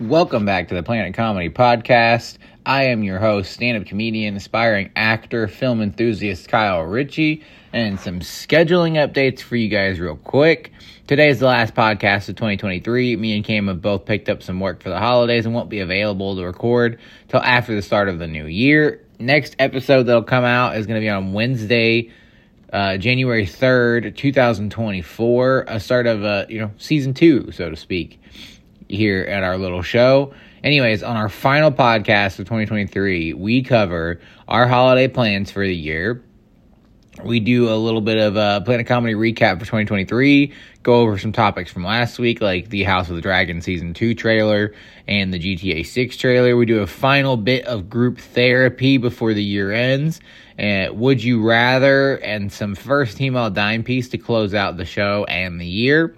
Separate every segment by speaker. Speaker 1: Welcome back to the Planet Comedy Podcast. I am your host, stand up comedian, aspiring actor, film enthusiast Kyle Ritchie, and some scheduling updates for you guys, real quick. Today is the last podcast of 2023. Me and Cam have both picked up some work for the holidays and won't be available to record till after the start of the new year. Next episode that'll come out is going to be on Wednesday, uh, January 3rd, 2024, a start of, uh, you know, season two, so to speak, here at our little show. Anyways, on our final podcast of 2023, we cover our holiday plans for the year. We do a little bit of a Planet Comedy recap for 2023, go over some topics from last week, like the House of the Dragon Season 2 trailer and the GTA 6 trailer. We do a final bit of group therapy before the year ends, and Would You Rather, and some first email dime piece to close out the show and the year.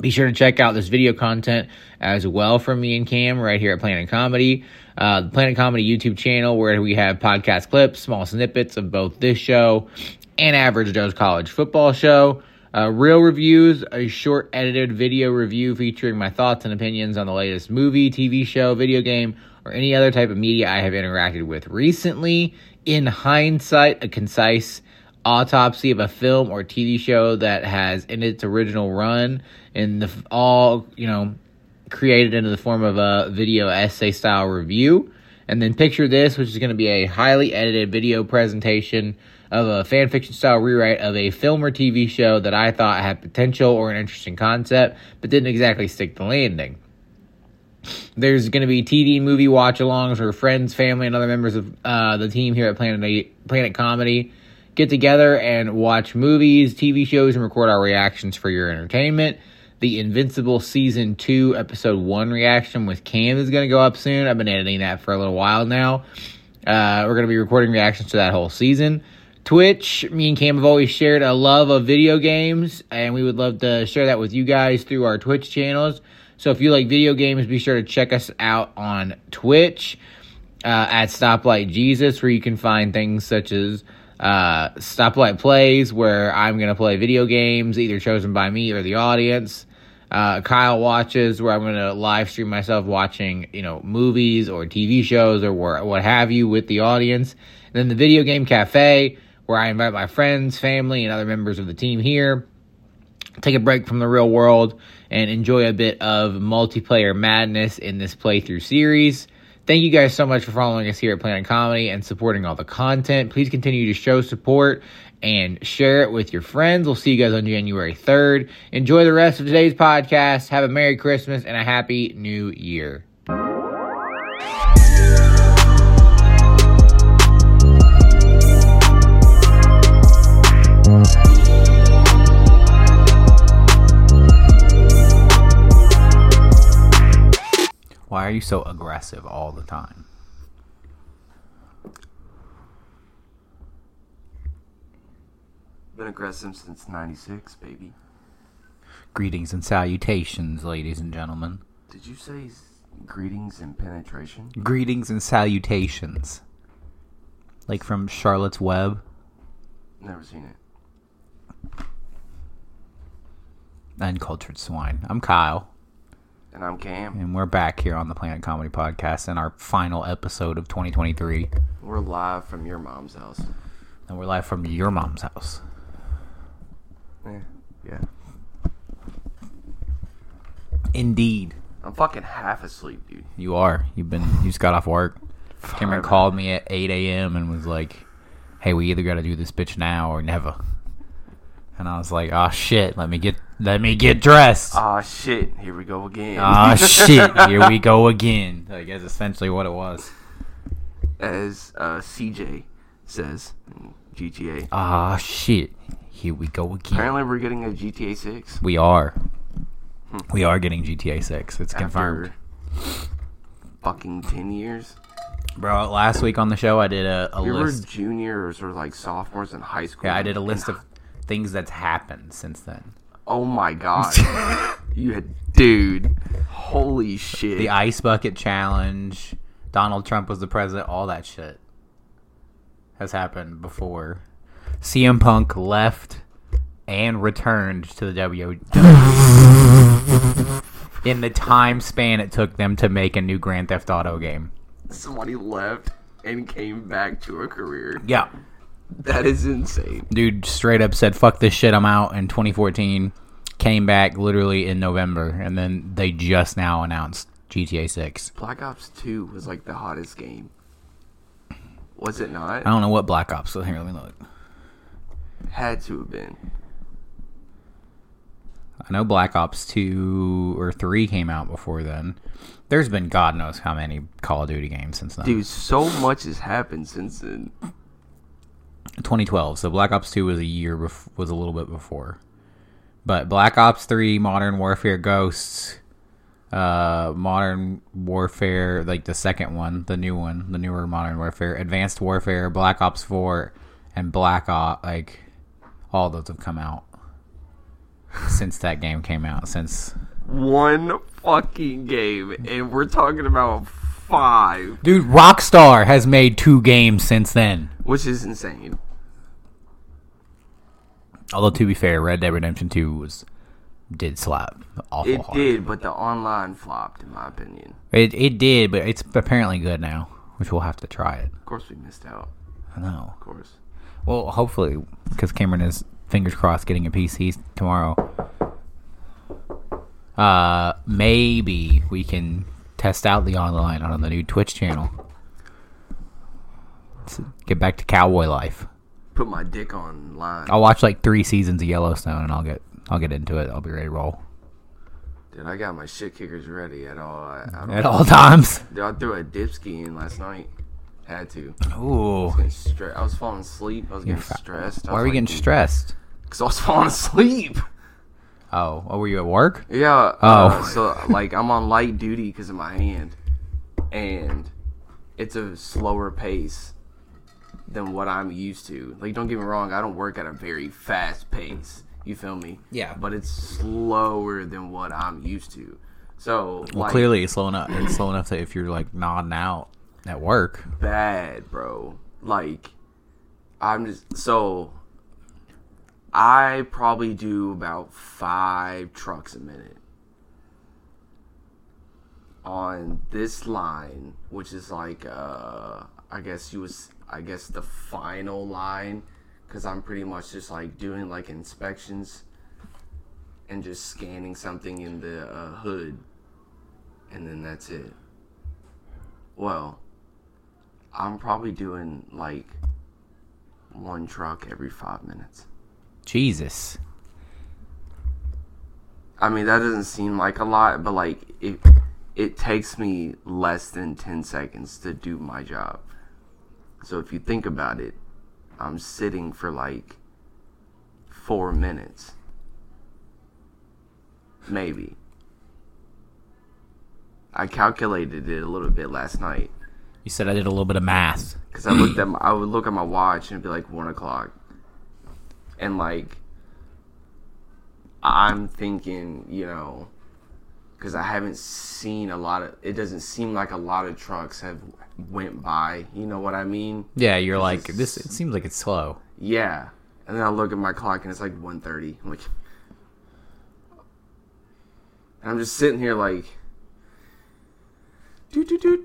Speaker 1: Be sure to check out this video content as well from me and Cam right here at Planet Comedy, uh, the Planet Comedy YouTube channel, where we have podcast clips, small snippets of both this show and Average Joe's College Football Show. Uh, Real Reviews, a short edited video review featuring my thoughts and opinions on the latest movie, TV show, video game, or any other type of media I have interacted with recently. In hindsight, a concise autopsy of a film or TV show that has in its original run and the f- all you know created into the form of a video essay style review and then picture this which is going to be a highly edited video presentation of a fan fiction style rewrite of a film or TV show that I thought had potential or an interesting concept but didn't exactly stick the landing there's going to be TV movie watch alongs for friends, family, and other members of uh, the team here at Planet, Planet Comedy. Get together and watch movies, TV shows, and record our reactions for your entertainment. The Invincible Season 2, Episode 1 reaction with Cam is going to go up soon. I've been editing that for a little while now. Uh, we're going to be recording reactions to that whole season. Twitch, me and Cam have always shared a love of video games, and we would love to share that with you guys through our Twitch channels. So if you like video games, be sure to check us out on Twitch uh, at Stoplight Jesus, where you can find things such as uh, Stoplight Plays, where I'm going to play video games, either chosen by me or the audience. Uh, Kyle watches, where I'm going to live stream myself watching, you know, movies or TV shows or where, what have you with the audience. And then the Video Game Cafe, where I invite my friends, family, and other members of the team here take a break from the real world and enjoy a bit of multiplayer madness in this playthrough series. Thank you guys so much for following us here at Planet Comedy and supporting all the content. Please continue to show support and share it with your friends. We'll see you guys on January 3rd. Enjoy the rest of today's podcast. Have a Merry Christmas and a Happy New Year. Why are you so aggressive all the time?
Speaker 2: Been aggressive since '96, baby.
Speaker 1: Greetings and salutations, ladies and gentlemen.
Speaker 2: Did you say s- greetings and penetration?
Speaker 1: Greetings and salutations. Like from Charlotte's Web.
Speaker 2: Never seen it.
Speaker 1: Uncultured Swine. I'm Kyle,
Speaker 2: And I'm Cam.
Speaker 1: and we're back here on the Planet Comedy Podcast in our final episode of 2023.
Speaker 2: We're live from your mom's house.
Speaker 1: And we're live from your mom's house.
Speaker 2: Yeah, yeah.
Speaker 1: Indeed.
Speaker 2: I'm fucking half asleep, dude.
Speaker 1: You are. You've been, you just got off work. Cameron called me at 8 a.m. and was like, hey, we either got to do this bitch now or never. And I was like, oh shit, let me get, let me get dressed.
Speaker 2: Ah shit, here we go again.
Speaker 1: Ah shit, here we go again. Like that's essentially what it was.
Speaker 2: As uh, CJ says, in GTA.
Speaker 1: Ah shit, here we go again.
Speaker 2: Apparently, we're getting a GTA 6.
Speaker 1: We are.
Speaker 2: Hmm.
Speaker 1: We are getting GTA 6. It's confirmed.
Speaker 2: after Fucking ten years.
Speaker 1: Bro, last week on the show I did a, a
Speaker 2: We were
Speaker 1: list.
Speaker 2: juniors or like sophomores in high school.
Speaker 1: Yeah, I did a list
Speaker 2: And-
Speaker 1: of things that's happened since then.
Speaker 2: Oh my god, you had, dude. Holy shit.
Speaker 1: The ice bucket challenge, Donald Trump was the president, all that shit has happened before. CM Punk left and returned to the WWE. E. in the time span it took them to make a new Grand Theft Auto game.
Speaker 2: Somebody left and came back to a career.
Speaker 1: Yeah.
Speaker 2: That is insane.
Speaker 1: Dude straight up said, fuck this shit, I'm out in 2014. Came back literally in November, and then they just now announced GTA 6.
Speaker 2: Black Ops 2 was like the hottest game. Was it not?
Speaker 1: I don't know what Black Ops was. Here, let me look.
Speaker 2: Had to have been.
Speaker 1: I know Black Ops 2 or 3 came out before then. There's been God knows how many Call of Duty games since then.
Speaker 2: Dude, so much has happened since then.
Speaker 1: 2012. So Black Ops 2 was a year bef- was a little bit before. But Black Ops 3, Modern Warfare Ghosts, uh Modern Warfare, like the second one, the new one, the newer Modern Warfare, Advanced Warfare, Black Ops 4 and Black Ops like all those have come out since that game came out since
Speaker 2: One fucking game, and we're talking about five,
Speaker 1: Dude, Rockstar has made two games since then.
Speaker 2: which is insane.
Speaker 1: Although to be fair, Red Dead Redemption 2 was did slap awful
Speaker 2: It
Speaker 1: hard.
Speaker 2: did, but the online flopped, in my opinion.
Speaker 1: It it did, but it's apparently good now, which we'll have to try it.
Speaker 2: Of course, we missed out.
Speaker 1: I know.
Speaker 2: Of course.
Speaker 1: Well, hopefully, because Cameron is fingers crossed getting a PC tomorrow. Uh, maybe we can test out the online on the new Twitch channel. Let's get back to cowboy life.
Speaker 2: Put my dick online.
Speaker 1: I'll watch like three seasons of Yellowstone, and I'll get I'll get into it. I'll be ready to roll
Speaker 2: Dude, I got my shit kickers ready at all. I, I, don't-
Speaker 1: at all times.
Speaker 2: Dude, I threw a dip ski in last night. Had to.
Speaker 1: Ooh,
Speaker 2: Getting stre- I was falling asleep. I was getting
Speaker 1: fa-
Speaker 2: stressed.
Speaker 1: why are we getting stressed?
Speaker 2: Because I was falling asleep.
Speaker 1: Oh, oh, were you at work?
Speaker 2: Yeah.
Speaker 1: Oh.
Speaker 2: Uh, so like I'm on light duty because of my hand, and it's a slower pace than what I'm used to. Like, don't get me wrong, I don't work at a very fast pace. You feel me?
Speaker 1: Yeah.
Speaker 2: But it's slower than what I'm used to. So like
Speaker 1: Clearly, it's slow enough. It's slow enough that if you're like nodding out at work,
Speaker 2: bad, bro. Like I'm just so. I probably do about five trucks a minute. on this line, which is like uh I guess you was I guess the final line cuz I'm pretty much just like doing like inspections and just scanning something in the uh, hood and then that's it. Well, I'm probably doing like one truck every 5 minutes.
Speaker 1: Jesus.
Speaker 2: I mean, that doesn't seem like a lot, but like it it takes me less than 10 seconds to do my job. So if you think about it, I'm sitting for like 4 minutes. Maybe. I calculated it a little bit last night
Speaker 1: You said I did a little bit of math.
Speaker 2: because I looked at my, I would look at my watch and it'd be like one o'clock, and like I'm thinking, you know, because I haven't seen a lot of. It doesn't seem like a lot of trucks have went by. You know what I mean?
Speaker 1: Yeah, you're like this. It seems like it's slow.
Speaker 2: Yeah. And then I look at my clock and it's like 1.30. I'm like, and I'm just sitting here like, doot doot doot.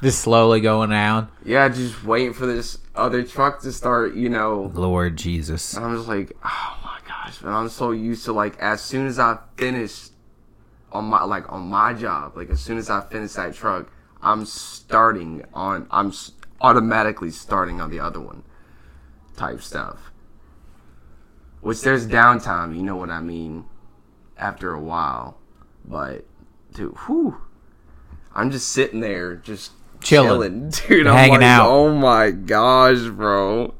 Speaker 1: Just slowly going down.
Speaker 2: Yeah, just waiting for this other truck to start. You know.
Speaker 1: Lord Jesus.
Speaker 2: And I'm just like, oh my gosh, man, I'm so used to like as soon as I finish on my like on my job, like as soon as I finish that truck, I'm starting on I'm s- automatically starting on the other one type stuff. Which there's downtime, you know what I mean, after a while. But dude, whew. I'm just sitting there just
Speaker 1: Chilling.
Speaker 2: chilling. Dude, I'm
Speaker 1: Hanging
Speaker 2: like,
Speaker 1: out.
Speaker 2: Oh my gosh, bro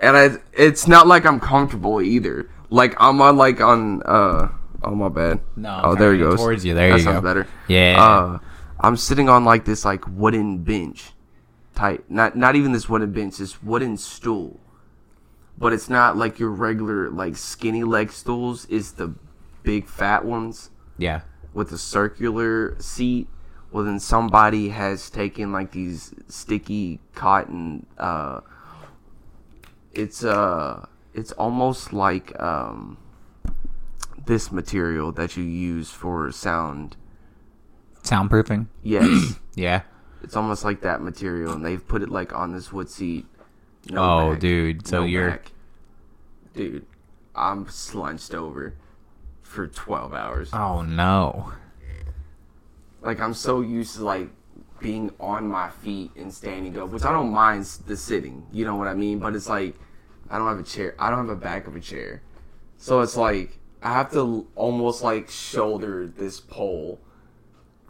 Speaker 2: and I, it's not like I'm comfortable either. Like I'm on like on uh oh my bad.
Speaker 1: No, I'm
Speaker 2: oh there
Speaker 1: turning
Speaker 2: it
Speaker 1: it
Speaker 2: goes.
Speaker 1: towards you. There
Speaker 2: that
Speaker 1: you
Speaker 2: sounds
Speaker 1: go.
Speaker 2: better.
Speaker 1: Yeah.
Speaker 2: Uh, I'm sitting on like this like wooden bench, type. Not not even this wooden bench. This wooden stool, but it's not like your regular like skinny leg stools. It's the big fat ones
Speaker 1: Yeah.
Speaker 2: with a circular seat. Well, then somebody has taken like these sticky cotton. uh It's uh, it's almost like um, this material that you use for sound.
Speaker 1: Soundproofing.
Speaker 2: Yes,
Speaker 1: Yeah.
Speaker 2: it's almost like that material, and they've put it like on this wood seat. No
Speaker 1: oh,
Speaker 2: back,
Speaker 1: dude. So
Speaker 2: no
Speaker 1: you're
Speaker 2: back. dude. I'm slunched over for twelve hours.
Speaker 1: Oh no.
Speaker 2: like I'm so used to like being on my feet and standing up, which I don't mind s- the sitting. You know what I mean? But it's like I don't have a chair. I don't have a back of a chair, so it's like I have to l- almost like shoulder this pole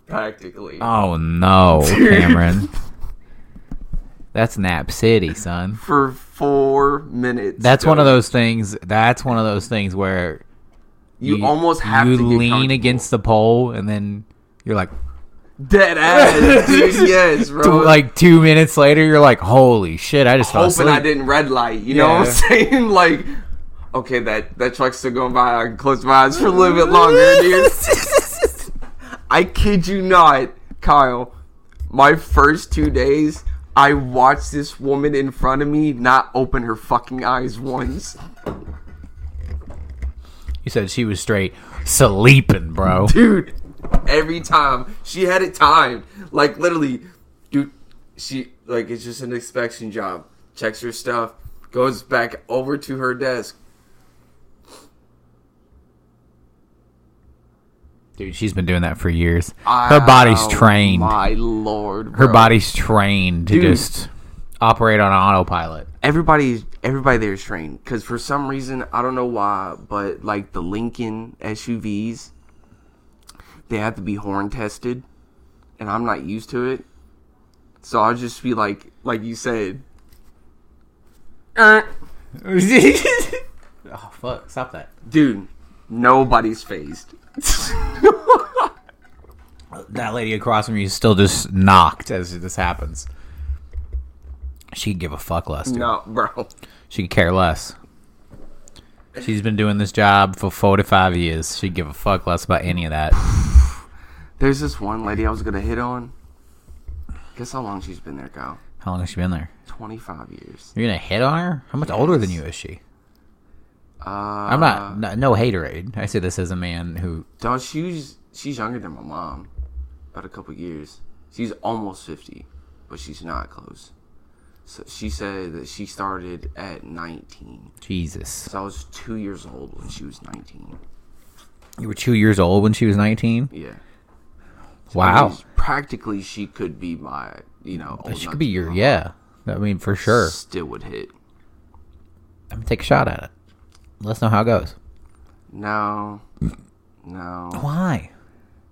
Speaker 2: practically.
Speaker 1: Oh no, Cameron. That's Nap City, son.
Speaker 2: for four minutes.
Speaker 1: That's one of
Speaker 2: those.
Speaker 1: those things. That's one of those things where
Speaker 2: You, almost have
Speaker 1: you
Speaker 2: to get
Speaker 1: lean
Speaker 2: comfortable.
Speaker 1: against the pole, and then you're like,
Speaker 2: dead ass, dude. Yes, bro.
Speaker 1: tw- like two minutes later, you're like, holy shit! I just fell
Speaker 2: hoping
Speaker 1: asleep.
Speaker 2: I didn't red light. You know what I'm saying? Like, okay, that that truck's still going by. I can close my eyes for a little bit longer, dude. I kid you not, Kyle. My first two days, I watched this woman in front of me not open her fucking eyes once.
Speaker 1: you said she was straight sleeping, bro.
Speaker 2: dude. Every time she had it timed, like literally, dude. She like it's just an inspection job. Checks her stuff, goes back over to her desk.
Speaker 1: Dude, she's been doing that for years. Her body's
Speaker 2: Ow,
Speaker 1: trained.
Speaker 2: My lord,
Speaker 1: Her
Speaker 2: bro.
Speaker 1: body's trained to
Speaker 2: Dude.
Speaker 1: just operate on autopilot.
Speaker 2: Everybody, everybody there is trained because for some reason I don't know why, but like the Lincoln SUVs, they have to be horn tested, and I'm not used to it. So I'll just be like, like you said. "Er."
Speaker 1: oh fuck! Stop that.
Speaker 2: Dude, nobody's phased.
Speaker 1: that lady across from you is still just knocked as this happens. She'd give a fuck less. Dude.
Speaker 2: no, bro.
Speaker 1: She'd care less. She's been doing this job for four to five years. She'd give a fuck less about any of that.
Speaker 2: There's this one lady I was gonna hit on. Guess how long she's been there, Kyle?
Speaker 1: How long has she been there?
Speaker 2: Twenty five years.
Speaker 1: You're gonna hit on her? How much older than you is she?
Speaker 2: Uh
Speaker 1: I'm not no, no haterade. I say this as a man who
Speaker 2: dog, she's she's younger than my mom. About a couple years. She's almost fifty, but she's not close. So she said that she started at nineteen.
Speaker 1: Jesus.
Speaker 2: So I was two years old when she was nineteen.
Speaker 1: You were two years old when she was nineteen.
Speaker 2: Yeah. I
Speaker 1: Wow,
Speaker 2: mean, practically she could be my you know, old
Speaker 1: she
Speaker 2: enough
Speaker 1: could be your yeah. I mean, for sure.
Speaker 2: still would hit.
Speaker 1: I'm gonna take a shot at it. Let's know how it goes.
Speaker 2: No. No.
Speaker 1: Why?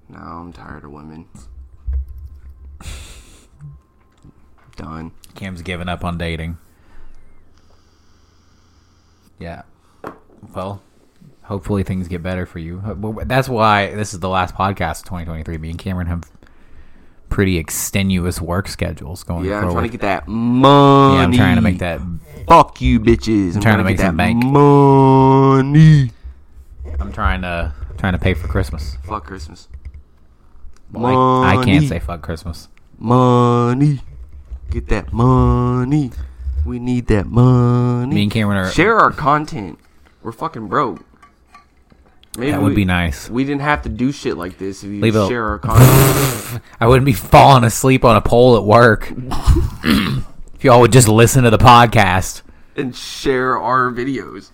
Speaker 2: No, I'm tired of women. Done.
Speaker 1: Cam's giving up on dating. Yeah. Well, hopefully things get better for you. Uh, well, That's why this is the last podcast of 2023. Me and Cameron have pretty extenuous work schedules going
Speaker 2: Yeah, I'm
Speaker 1: forward.
Speaker 2: trying to get that money.
Speaker 1: yeah, I'm trying to make that.
Speaker 2: Fuck you, bitches. I'm,
Speaker 1: trying to make
Speaker 2: get
Speaker 1: some bank.
Speaker 2: money.
Speaker 1: I'm trying to trying to pay for Christmas.
Speaker 2: Fuck Christmas.
Speaker 1: Well, I, I can't
Speaker 2: Money.
Speaker 1: say fuck Christmas.
Speaker 2: Money. Get that money. We need that money.
Speaker 1: Me and Cameron are.
Speaker 2: Share our content. We're fucking broke. Maybe
Speaker 1: That would
Speaker 2: we-
Speaker 1: be nice.
Speaker 2: We didn't have to do shit like this if you
Speaker 1: Leave a-
Speaker 2: share our content.
Speaker 1: I wouldn't be falling asleep on a pole at work if y'all would just listen to the podcast.
Speaker 2: and share our videos.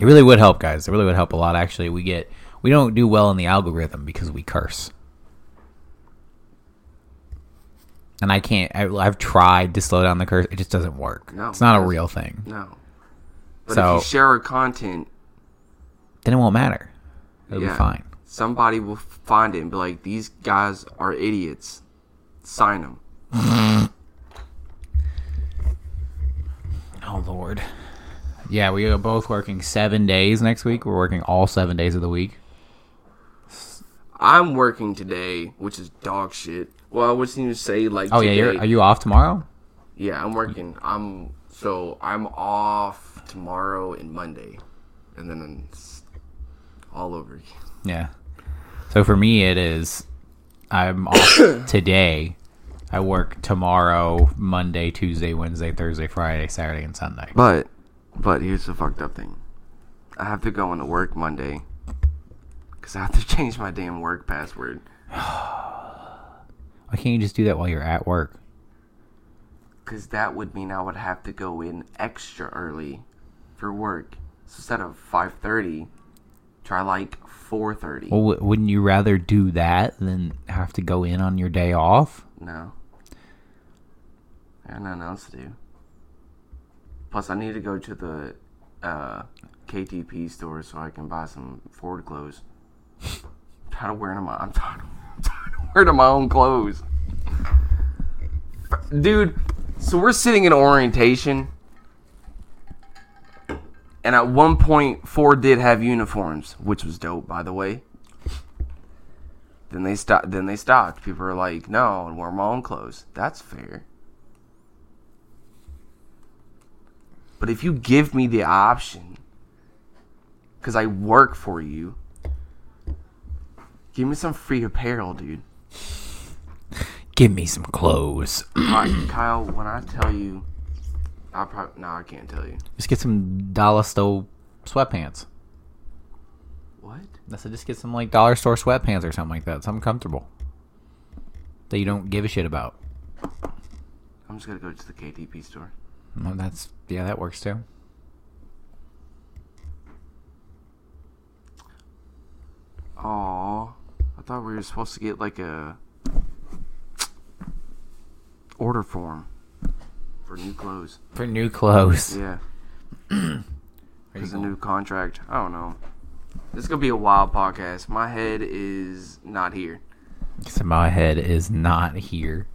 Speaker 1: It really would help, guys. It really would help a lot. Actually, we get we don't do well in the algorithm because we curse, and I can't. I, I've tried to slow down the curse. It just doesn't work.
Speaker 2: No,
Speaker 1: it's not
Speaker 2: it
Speaker 1: a real thing.
Speaker 2: No. But
Speaker 1: So-
Speaker 2: if you share our content,
Speaker 1: Then it won't matter. It'll
Speaker 2: yeah,
Speaker 1: be fine.
Speaker 2: somebody will find it and be like, "These guys are idiots." Sign them.
Speaker 1: Oh Lord. Yeah, we are both working seven days next week. We're working all seven days of the week.
Speaker 2: I'm working today, which is dog shit. Well, I wouldn't even say like.
Speaker 1: Oh yeah,
Speaker 2: today.
Speaker 1: you're, are you off tomorrow?
Speaker 2: Yeah, I'm working. I'm so I'm off tomorrow and Monday, and then it's all over again.
Speaker 1: Yeah. So for me, it is. I'm off today. I work tomorrow, Monday, Tuesday, Wednesday, Thursday, Friday, Saturday, and Sunday.
Speaker 2: But But here's the fucked up thing. I have to go into work Monday because I have to change my damn work password
Speaker 1: Why can't you just do that while you're at work?
Speaker 2: because that would mean I would have to go in extra early for work. So instead of 5:30, try like 4:30.
Speaker 1: Well, w- wouldn't you rather do that than have to go in on your day off?
Speaker 2: No. I got nothing else to do. Plus, I need to go to the uh, KTP store so I can buy some Ford clothes. I'm tired of wearing my. I'm tired. Of, I'm tired of wearing my own clothes, dude. So we're sitting in orientation, and at one point, Ford did have uniforms, which was dope, by the way. Then they stopped. Then they stopped. People were like, "No, and wear my own clothes." That's fair. But if you give me the option, because I work for you, give me some free apparel, dude.
Speaker 1: Give me some clothes.
Speaker 2: Alright, Kyle, when I tell you, I probably no, I can't tell you.
Speaker 1: just get some dollar store sweatpants.
Speaker 2: What?
Speaker 1: I said, just get some like dollar store sweatpants or something like that. Something comfortable that you don't give a shit about.
Speaker 2: I'm just gonna go to the KTP store.
Speaker 1: Well, that's yeah, that works too.
Speaker 2: Oh, I thought we were supposed to get like a order form for new clothes.
Speaker 1: For new clothes,
Speaker 2: Yeah. There's a new contract. I don't know. This is gonna be a wild podcast. My head is not here.
Speaker 1: so my head is not here.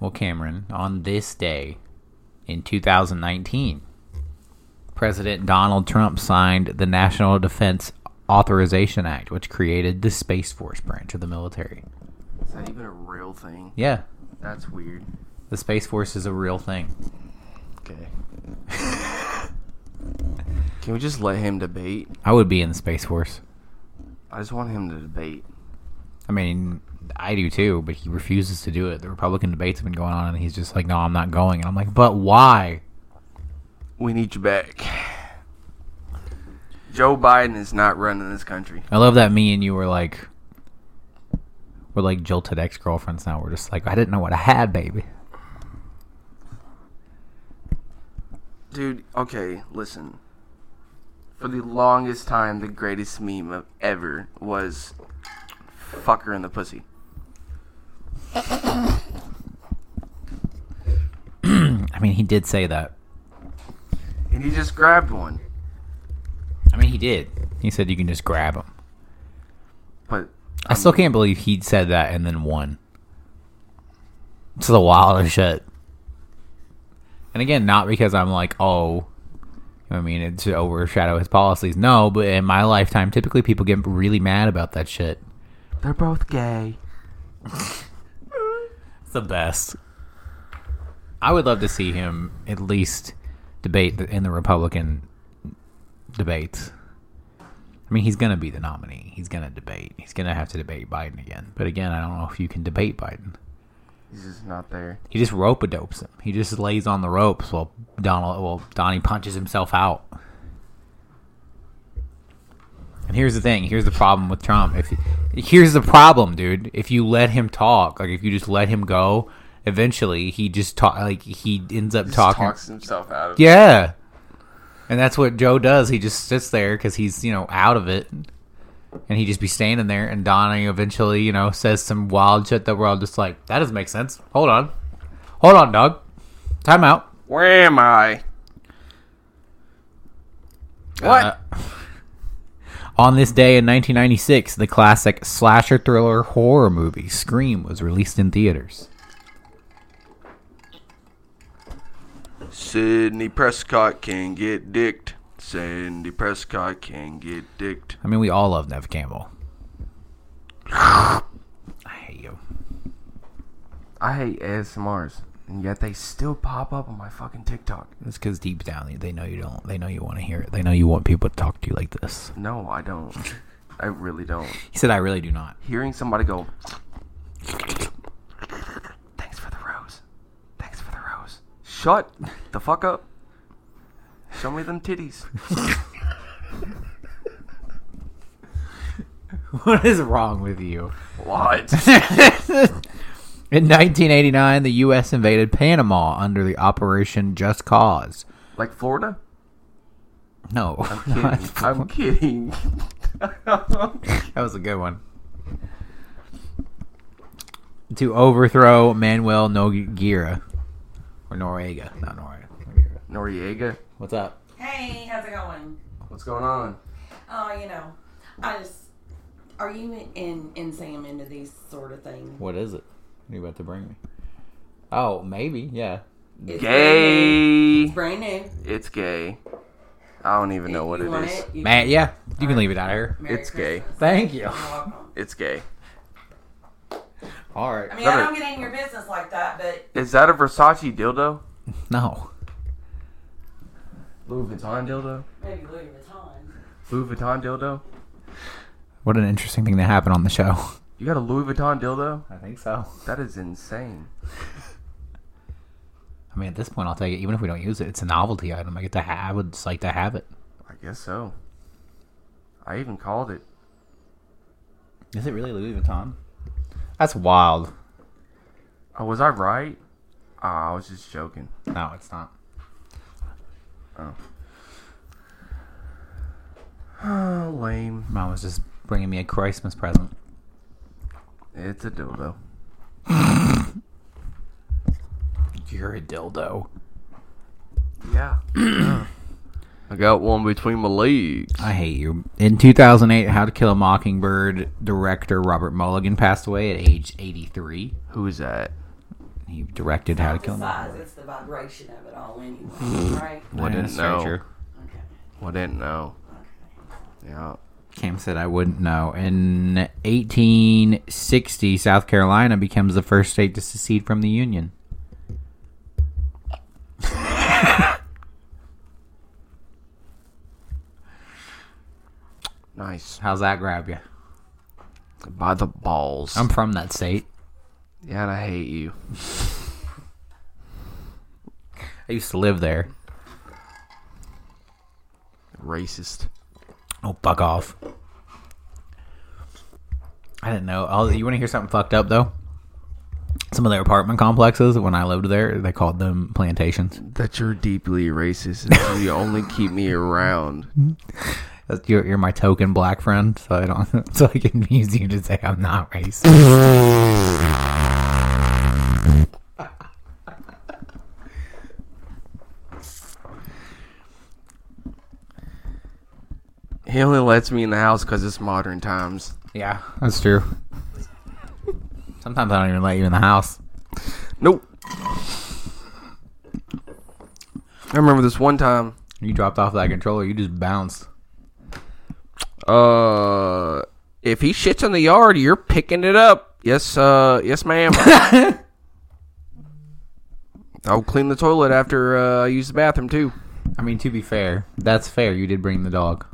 Speaker 1: Well, Cameron, on this day in 2019, President Donald Trump signed the National Defense Authorization Act, which created the Space Force branch of the military.
Speaker 2: Is that even a real thing?
Speaker 1: Yeah,
Speaker 2: That's weird.
Speaker 1: the Space Force is a real thing.
Speaker 2: Okay. Can we just let him debate?
Speaker 1: I would be in the Space Force.
Speaker 2: I just want him to debate.
Speaker 1: I mean, I do too, but he refuses to do it. The Republican debates have been going on, and he's just like, "No, I'm not going." And I'm like, "But why?"
Speaker 2: We need you back. Joe Biden is not running this country.
Speaker 1: I love that me and you were like, we're like jilted ex girlfriends now. We're just like, I didn't know what I had, baby.
Speaker 2: Dude, okay, listen. For the longest time, the greatest meme of ever was fucker in the pussy.
Speaker 1: I mean, he did say that.
Speaker 2: And he just grabbed one.
Speaker 1: I mean, he did. He said you can just grab him.
Speaker 2: But
Speaker 1: I still can't believe he said that and then won. It's the wildest shit. And again, not because I'm like, oh, I mean, it should overshadow his policies. No, but in my lifetime, typically people get really mad about that shit.
Speaker 2: they're both gay.
Speaker 1: It's the best. I would love to see him at least debate the- in the Republican debates. I mean, he's going to be the nominee. He's going to debate. He's going to have to debate Biden again. But again, I don't know if you can debate Biden.
Speaker 2: He's just not there.
Speaker 1: He just rope a dopes him. He just lays on the ropes while Donald, while Donnie punches himself out. And here's the thing. Here's the problem with Trump. If here's the problem, dude. If you let him talk, like if you just let him go, eventually he just talk. Like he ends up
Speaker 2: Just
Speaker 1: talking.
Speaker 2: talks himself out of it.
Speaker 1: Yeah. And that's what Joe does. He just sits there because he's, you know, out of it. And he just be standing there. And Donnie eventually, you know, says some wild shit that we're all just like, that doesn't make sense. Hold on. Hold on, dog. Time out.
Speaker 2: Where am I? What?
Speaker 1: Uh, on this day in 1996, the classic slasher thriller horror movie Scream was released in theaters.
Speaker 2: Sydney Prescott can get dicked. Sydney Prescott can get dicked.
Speaker 1: I mean, we all love Nev Campbell. I hate you.
Speaker 2: I hate ASMRs, and yet they still pop up on my fucking TikTok.
Speaker 1: It's because deep down they know you don't. They know you want to hear it. They know you want people to talk to you like this.
Speaker 2: No, I don't. I really don't.
Speaker 1: He said, "I really do not."
Speaker 2: Hearing somebody go, thanks for the rose. Thanks for the rose. Shut the fuck up. Show me them titties.
Speaker 1: What is wrong with you?
Speaker 2: What?
Speaker 1: In 1989, the U.S. invaded Panama under the Operation Just Cause.
Speaker 2: like Florida?
Speaker 1: No,
Speaker 2: Kidding. I'm kidding.
Speaker 1: that was a good one. To overthrow Manuel Nogueira. Or Noriega, not Noriega. Nogueira.
Speaker 2: Noriega,
Speaker 1: What's up?
Speaker 3: Hey, how's it going?
Speaker 2: what's going on?
Speaker 3: Oh, you know, I just. Are you in in Sam into these sort of things?
Speaker 1: What is it? What are you about to bring me? Oh, maybe, yeah.
Speaker 3: It's brand new.
Speaker 2: Gay.
Speaker 3: It's brand new.
Speaker 2: It's gay. I don't even know what
Speaker 3: You
Speaker 2: it
Speaker 3: want
Speaker 2: is.
Speaker 3: it? You-
Speaker 1: Matt, yeah, you can leave it out here.
Speaker 3: Merry
Speaker 2: It's gay.
Speaker 3: Christmas.
Speaker 1: Thank you.
Speaker 3: You're welcome.
Speaker 2: It's gay.
Speaker 1: All
Speaker 3: I
Speaker 1: right.
Speaker 3: mean, I
Speaker 2: Better-
Speaker 3: don't get in your business like that, but
Speaker 2: Is that a Versace dildo?
Speaker 1: No.
Speaker 2: Louis Vuitton dildo?
Speaker 3: maybe Louis Vuitton.
Speaker 2: Louis Vuitton dildo?
Speaker 1: What an interesting thing to happen on the show.
Speaker 2: You got a Louis Vuitton dildo?
Speaker 1: I think so.
Speaker 2: That is insane.
Speaker 1: I mean, at this point, I'll take it. Even if we don't use it, it's a novelty item. I get to have. I would just like to have it.
Speaker 2: I guess so. I even called it.
Speaker 1: Is it really Louis Vuitton? That's wild.
Speaker 2: Oh, was I right? Ah, I was just joking.
Speaker 1: No, it's not.
Speaker 2: Oh, lame.
Speaker 1: Mom was just bringing me a Christmas present.
Speaker 2: It's a dildo.
Speaker 1: You're a dildo.
Speaker 2: Yeah. I got one between my legs.
Speaker 1: I hate you. In 2008, How to Kill a Mockingbird director Robert Mulligan passed away at age 83.
Speaker 2: Who is that?
Speaker 1: He directed How to Kill a
Speaker 3: Besides,
Speaker 1: Mockingbird.
Speaker 3: it's the vibration of it all, anyway, right?
Speaker 2: Hmm. What
Speaker 1: Yeah,
Speaker 2: didn't
Speaker 1: that's very
Speaker 2: know.
Speaker 1: true.
Speaker 3: Okay.
Speaker 2: Well, I didn't know.
Speaker 3: Okay.
Speaker 2: Yeah.
Speaker 1: Cam said I wouldn't know. In 1860, South Carolina becomes the first state to secede from the Union.
Speaker 2: Nice.
Speaker 1: How's that grab you?
Speaker 2: By the balls.
Speaker 1: I'm from that state.
Speaker 2: yeah, and I hate you.
Speaker 1: I used to live there.
Speaker 2: Racist.
Speaker 1: Oh, fuck off. I didn't know. Oh, you want to hear something fucked up, though? Some of their apartment complexes, when I lived there, they called them plantations.
Speaker 2: That you're deeply racist. and so you only keep me around.
Speaker 1: That's- You're, you're my token black friend, so I don't, so I can use you to say I'm not racist.
Speaker 2: He only lets me in the house because it's modern times.
Speaker 1: yeah, that's true. Sometimes I don't even let you in the house.
Speaker 2: Nope. I remember this one time.
Speaker 1: You dropped off that controller, you just bounced.
Speaker 2: Uh, if he shits in the yard, you're picking it up. Yes, uh, yes, ma'am. I'll clean the toilet after uh, I use the bathroom too.
Speaker 1: I mean, to be fair, that's fair. You did bring the dog.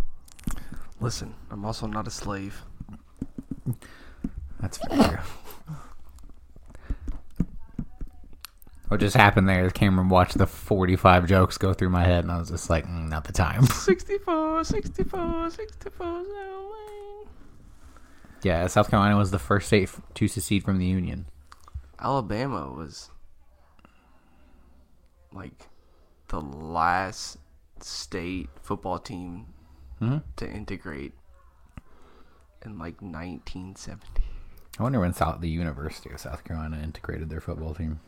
Speaker 2: Listen, I'm also not a slave.
Speaker 1: That's fair. what just happened there is Cameron watched the 45 jokes go through my head, and I was just like, mm, not the time.
Speaker 2: 64, 64, 64.
Speaker 1: yeah, South Carolina was the first state f- to secede from the Union.
Speaker 2: Alabama was like the last state football team to integrate in like 1970.
Speaker 1: I wonder when South, the University of South Carolina integrated their football team.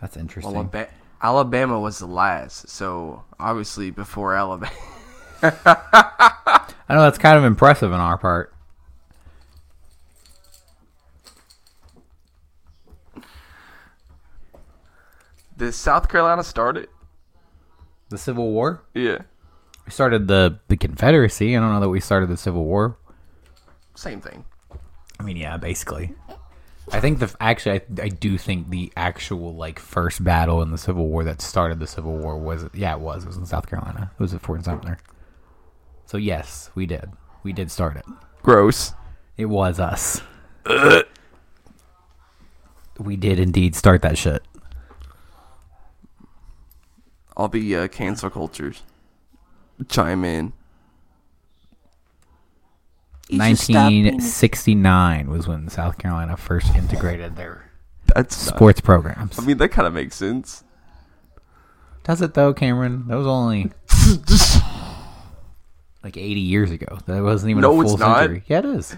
Speaker 1: That's interesting.
Speaker 2: Alaba- Alabama was the last, so obviously before Alabama.
Speaker 1: I know that's kind of impressive on our part.
Speaker 2: Did South Carolina start it?
Speaker 1: The Civil War?
Speaker 2: Yeah.
Speaker 1: We started the, the Confederacy. I don't know that we started the Civil War.
Speaker 2: Same thing.
Speaker 1: I mean, yeah, basically. I think the actually, I, I do think the actual like first battle in the Civil War that started the Civil War was yeah, it was it was in South Carolina. It was at Fort Sumter. So yes, we did. We did start it.
Speaker 2: Gross.
Speaker 1: It was us. we did indeed start that shit.
Speaker 2: I'll be uh, cancel cultures. chime in.
Speaker 1: 1969 was when South Carolina first integrated their uh,
Speaker 2: That's not-
Speaker 1: sports programs.
Speaker 2: I mean, that kind of makes sense.
Speaker 1: Does it though, Cameron? That was only like 80 years ago. That wasn't even a
Speaker 2: No,
Speaker 1: full
Speaker 2: it's not.
Speaker 1: century. Yeah, it is.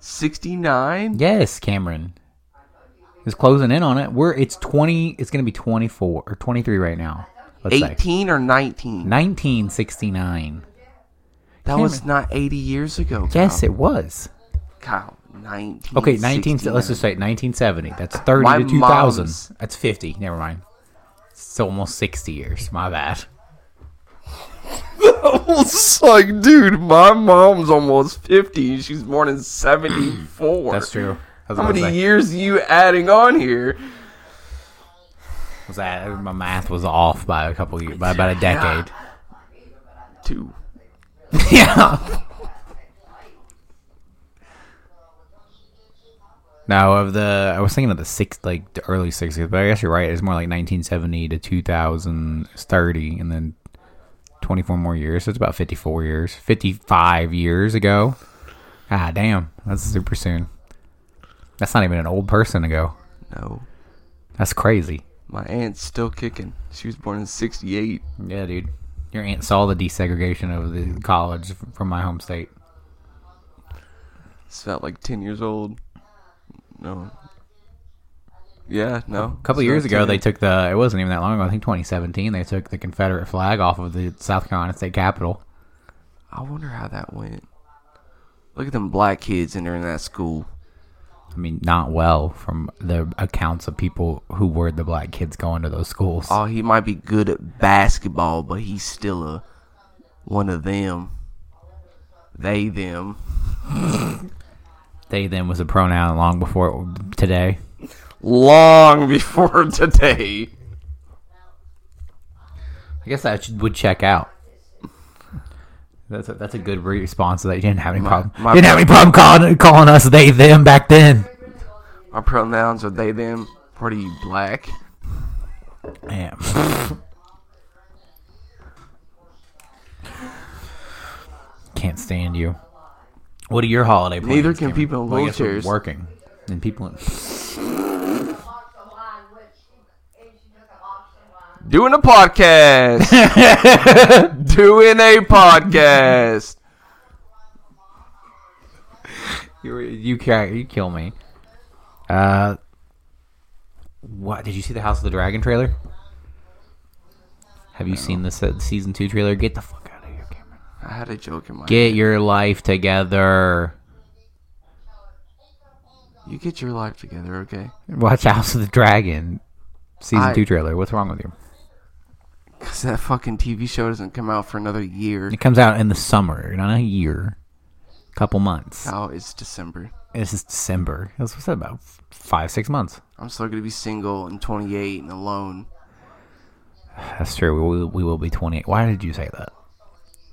Speaker 2: 69?
Speaker 1: Yes, Cameron is closing in on it. We're it's 20. It's going to be 24 or 23 right now. Let's say
Speaker 2: 18 or 19?
Speaker 1: 1969.
Speaker 2: That was not 80 years ago.
Speaker 1: Yes, it was.
Speaker 2: Kyle, 19.
Speaker 1: Okay, 19. Let's just say 1970. That's 30
Speaker 2: My
Speaker 1: to 2000.
Speaker 2: mom's-
Speaker 1: That's 50. Never mind. It's almost 60 years. My bad.
Speaker 2: It's like, dude, my mom's almost 50. and She's born in 74.
Speaker 1: That's true. I was
Speaker 2: How
Speaker 1: gonna
Speaker 2: many
Speaker 1: say.
Speaker 2: years are you adding on here?
Speaker 1: Was that my math was off by a couple years, by about a decade.
Speaker 2: Two.
Speaker 1: yeah. Now of the, I was thinking of the six, like the early sixties, but I guess you're right. It's more like 1970 to 2030, and then 24 more years. So it's about 54 years, 55 years ago. Ah, damn, that's super soon. That's not even an old person ago.
Speaker 2: No.
Speaker 1: That's crazy.
Speaker 2: My aunt's still kicking. She was born in 68.
Speaker 1: Yeah, dude. Your aunt saw the desegregation of the college f- from my home state.
Speaker 2: It's about like 10 years old. No. Yeah, no.
Speaker 1: A couple
Speaker 2: it's
Speaker 1: years
Speaker 2: about
Speaker 1: ago,
Speaker 2: 10
Speaker 1: they took the. It wasn't even that long ago. I think 2017. They took the Confederate flag off of the South Carolina state capitol.
Speaker 2: I wonder how that went. Look at them black kids in there in that school.
Speaker 1: I mean, not well from the accounts of people who were the black kids going to those schools.
Speaker 2: Oh, he might be good at basketball, but he's still a one of them. They them.
Speaker 1: They then was a pronoun long before it- today.
Speaker 2: Long before today.
Speaker 1: I guess that should, would check out. That's a, that's a good response. to That you didn't have any problem.
Speaker 2: my-
Speaker 1: didn't have any problem calling calling us they them back then.
Speaker 2: My pronouns are they them. What are you black?
Speaker 1: Damn. Can't stand you. What are your holiday plans?
Speaker 2: Neither can
Speaker 1: Cameron?
Speaker 2: people in
Speaker 1: Well, I guess we're
Speaker 2: wheelchairs.
Speaker 1: Working and people. In,
Speaker 2: Doing a podcast. Doing a podcast.
Speaker 1: you you ca- you kill me. Uh, what did you see the House of the Dragon trailer? Have you seen the se- season two trailer? Get the fuck out of here, Cameron.
Speaker 2: I had a joke in my head.
Speaker 1: Get your life together.
Speaker 2: You get your life together, okay?
Speaker 1: Watch House of the Dragon season
Speaker 2: I-
Speaker 1: two trailer. What's wrong with you?
Speaker 2: Because that fucking TV show doesn't come out for another year.
Speaker 1: It comes out in the summer, not a year, couple months.
Speaker 2: Now it's December.
Speaker 1: This is December. That's what's that about f- five, six months.
Speaker 2: I'm still gonna be single and 28 and alone.
Speaker 1: That's true. We will, we will be 28. Why did you say that?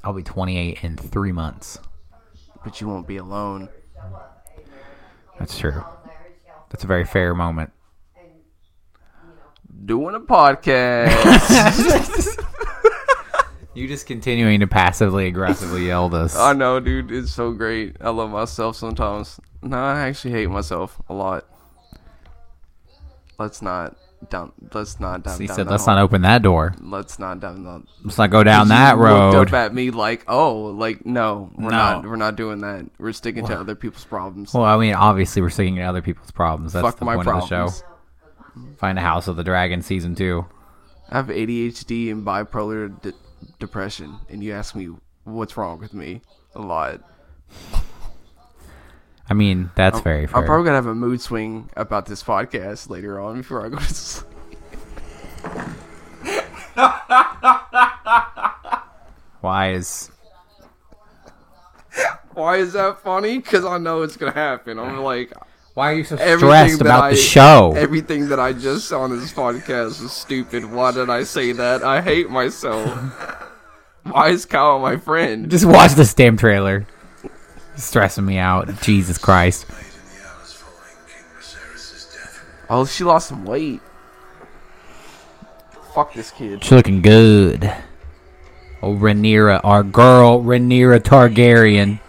Speaker 1: I'll be 28 in three months.
Speaker 2: But you won't be alone.
Speaker 1: That's true. That's a very fair moment.
Speaker 2: Doing a podcast.
Speaker 1: You just continuing to passively aggressively yell this.
Speaker 2: I know, dude. It's so great. I love myself sometimes. No, I actually hate myself a lot. Let's not down. Let's not down.
Speaker 1: he
Speaker 2: down
Speaker 1: said,
Speaker 2: the
Speaker 1: "Let's
Speaker 2: hole.
Speaker 1: not open that door.
Speaker 2: Let's not down the.
Speaker 1: Let's not go down that
Speaker 2: You Looked
Speaker 1: road."
Speaker 2: up at me like, oh, like no, we're
Speaker 1: No.
Speaker 2: not. We're not doing that. We're sticking to other people's problems.
Speaker 1: Well, I mean, obviously, we're sticking to other people's problems. That's
Speaker 2: Fuck
Speaker 1: the
Speaker 2: my
Speaker 1: point of
Speaker 2: problems.
Speaker 1: the show. Find a House of the Dragon season two.
Speaker 2: I have ADHD and bipolar de- depression, and you ask me what's wrong with me a lot.
Speaker 1: I mean, that's very fair.
Speaker 2: I'm probably gonna have a mood swing about this podcast later on before I go to sleep.
Speaker 1: Why is
Speaker 2: Why is that funny? Because I know it's gonna happen. I'm like
Speaker 1: Why are you so
Speaker 2: everything
Speaker 1: stressed
Speaker 2: that
Speaker 1: about
Speaker 2: I,
Speaker 1: the show?
Speaker 2: Everything that I just saw on this podcast is stupid. Why did I say that? I hate myself. Why is Kyle my friend?
Speaker 1: Just watch this damn trailer. Stressing me out. Jesus Christ.
Speaker 2: Oh, she lost some weight. Fuck this kid.
Speaker 1: She's looking good. Oh, Rhaenyra, our girl, Rhaenyra Targaryen.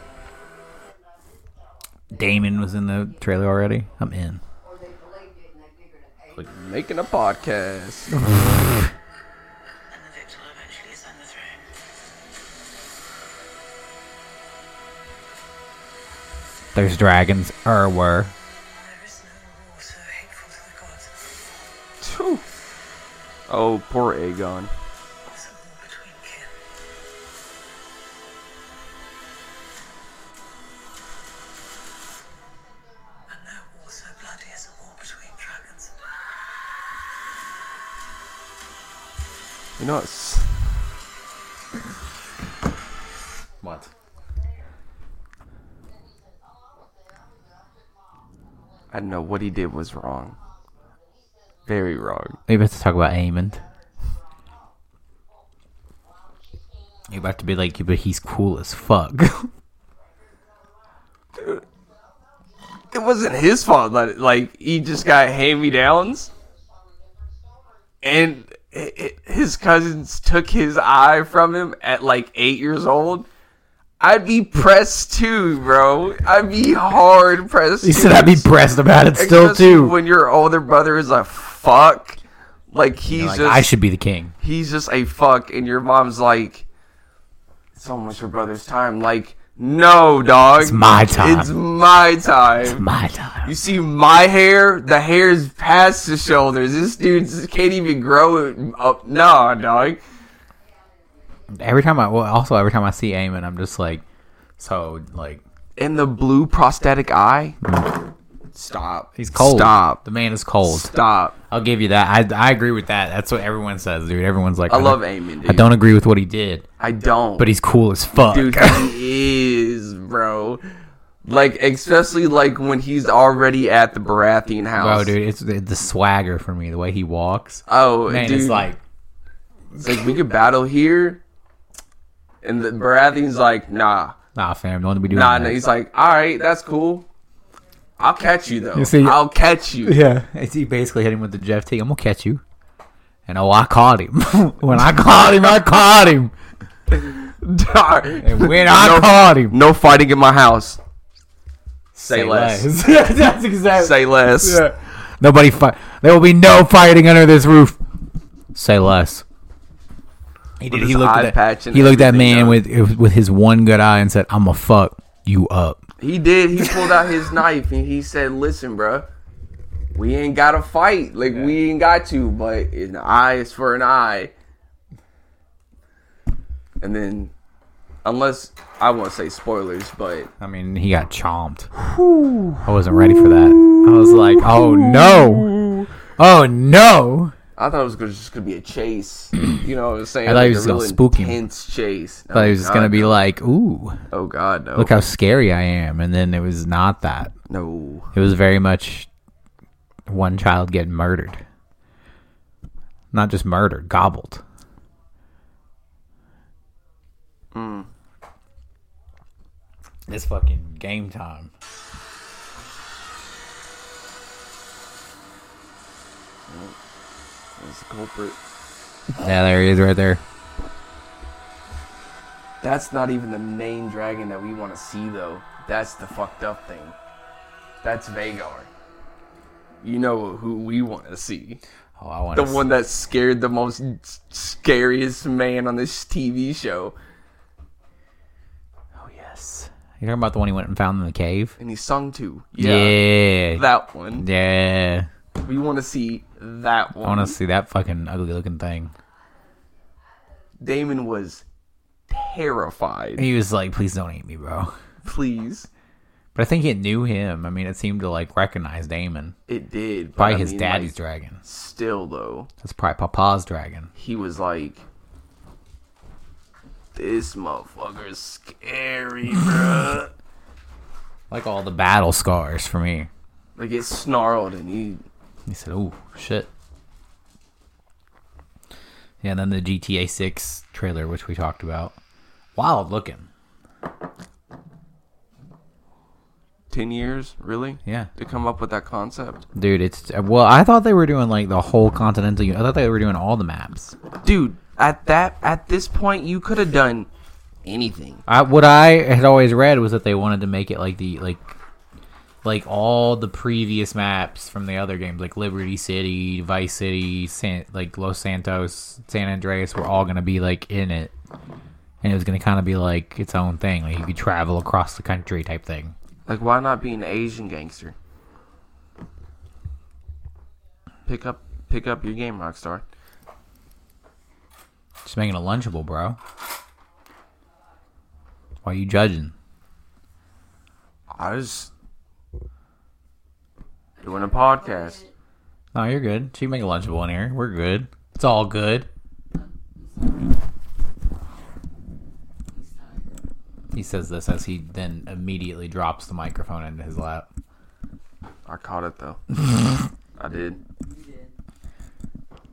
Speaker 1: Damon was in the trailer already. I'm in.
Speaker 2: Making a podcast.
Speaker 4: and the victor will eventually ascend the throne.
Speaker 1: There's dragons, or were.
Speaker 4: There is no war so hateful to the gods,
Speaker 2: Phew. oh, poor Aegon.
Speaker 4: as a war between kin. And no war so bloody as a war between dragons.
Speaker 2: You know it's
Speaker 1: What?
Speaker 2: I don't know what he did was wrong. Very wrong.
Speaker 1: Maybe let's talk about Aemond. You're about to be like, but he's cool as fuck.
Speaker 2: It wasn't his fault. Like, like he just got hand me downs, and i i his cousins took his eye from him at like eight years old. I'd be pressed too, bro. I'd be hard pressed.
Speaker 1: he said I'd be pressed about it still
Speaker 2: Especially
Speaker 1: too.
Speaker 2: When your older brother is a fuck, like he's
Speaker 1: Like,
Speaker 2: just
Speaker 1: I should be the king.
Speaker 2: he's just a fuck, and your mom's like, so much your brother's time. Like, no, dog, it's
Speaker 1: my time.
Speaker 2: It's my time.
Speaker 1: My time.
Speaker 2: You see my hair? The hair is past the shoulders. This dude s- can't even grow it up. Nah, dog.
Speaker 1: Every time I, well, also every time I see Aemon, I'm just like, so like
Speaker 2: And the blue prosthetic eye. Stop.
Speaker 1: Mm. he's cold.
Speaker 2: Stop.
Speaker 1: The man is cold.
Speaker 2: Stop.
Speaker 1: I'll give you that. I, I agree with that. That's what everyone says, dude. Everyone's like,
Speaker 2: I love Aemon, dude.
Speaker 1: I don't agree with what he did,
Speaker 2: I don't.
Speaker 1: but he's cool as fuck.
Speaker 2: dude he is bro like especially like when he's already at the baratheon
Speaker 1: Bro,
Speaker 2: house
Speaker 1: dude, it's the, the swagger for me. The way he walks,
Speaker 2: oh
Speaker 1: man,
Speaker 2: dude
Speaker 1: it's like
Speaker 2: it's like, we could battle here and the baratheon's like nah
Speaker 1: Nah, fam, don't be doing
Speaker 2: nah
Speaker 1: that.
Speaker 2: nah. he's like all right that's cool i'll catch you though
Speaker 1: You see-
Speaker 2: i'll catch you
Speaker 1: yeah, It's- he basically hit him with the Jeff T. I'm gonna catch you. And oh, I caught him. when I caught him, I caught him.
Speaker 2: Dar-
Speaker 1: And when I
Speaker 2: no,
Speaker 1: caught him,
Speaker 2: no fighting in my house say, less.
Speaker 1: less. That's exactly.
Speaker 2: say less
Speaker 1: Yeah. Nobody fight. There will be no fighting under this roof. Say less. He did.
Speaker 2: his
Speaker 1: He looked
Speaker 2: eye
Speaker 1: at
Speaker 2: patch
Speaker 1: that.
Speaker 2: and
Speaker 1: He looked at
Speaker 2: everything
Speaker 1: man with with his one good eye and said, "I'm gonna fuck you up."
Speaker 2: He did. He pulled out his knife and he said, "Listen, bruh, we ain't got to fight. Like we ain't got to, but an eye is for an eye." And then, unless I won't say spoilers, but
Speaker 1: I mean, he got chomped. I wasn't ready for that. I was like, "Oh no, oh no!"
Speaker 2: I thought it was gonna, just gonna be a chase. You know what I'm saying?
Speaker 1: I thought he
Speaker 2: Like
Speaker 1: was
Speaker 2: a
Speaker 1: gonna
Speaker 2: real
Speaker 1: spook him.
Speaker 2: intense chase.
Speaker 1: I thought he was just gonna be like, "Ooh,
Speaker 2: Oh God, no,
Speaker 1: look how scary I am," and then it was not that.
Speaker 2: no.
Speaker 1: It was very much one child getting murdered. Not just murdered, gobbled.
Speaker 2: Hmm.
Speaker 1: It's fucking game time.
Speaker 2: That's the culprit.
Speaker 1: Yeah, there he is right there.
Speaker 2: That's not even the main dragon that we want to see, though. That's the fucked up thing. That's Vagar. You know who we want to see.
Speaker 1: Oh, I want
Speaker 2: The one that scared the most scariest man on this TV show.
Speaker 1: Oh, yes. You're talking about the one he went and found in the cave?
Speaker 2: And he sung to.
Speaker 1: Yeah.
Speaker 2: That one.
Speaker 1: yeah.
Speaker 2: We want to see that one.
Speaker 1: I want to see that fucking ugly looking thing.
Speaker 2: Damon was terrified.
Speaker 1: He was like, please don't eat me, bro.
Speaker 2: Please.
Speaker 1: But I think it knew him. I mean, it seemed to like recognize Damon.
Speaker 2: It did. but
Speaker 1: Probably
Speaker 2: I
Speaker 1: his
Speaker 2: mean,
Speaker 1: daddy's
Speaker 2: like,
Speaker 1: dragon.
Speaker 2: Still, though.
Speaker 1: That's probably Papa's dragon.
Speaker 2: he was like, "This motherfucker's scary, bruh.
Speaker 1: Like all the battle scars for me.
Speaker 2: like it snarled and he
Speaker 1: He said, "Oh shit." Yeah, and then the GTA Six trailer, which we talked about, wild looking.
Speaker 2: ten years really
Speaker 1: Yeah,
Speaker 2: to come up with that concept,
Speaker 1: dude, it's well. I thought they were doing like the whole continental. Uni- I thought they were doing all the maps.
Speaker 2: dude. at that at this point you could have done anything.
Speaker 1: I, what I had always read was that they wanted to make it like the like like all the previous maps from the other games, like Liberty City, Vice City, San, like Los Santos, San Andreas, were all gonna be like in it, and it was gonna kind of be like its own thing. Like you could travel across the country type thing.
Speaker 2: Like why not be an Asian gangster? Pick up pick up your game, Rockstar.
Speaker 1: Just making it lunchable, bro. Why you judging?
Speaker 2: I was doing a podcast.
Speaker 1: Oh, you're good. She can make it lunchable in here. We're good. It's all good. He says this as he then immediately drops the microphone into his lap.
Speaker 2: I caught it though. I did.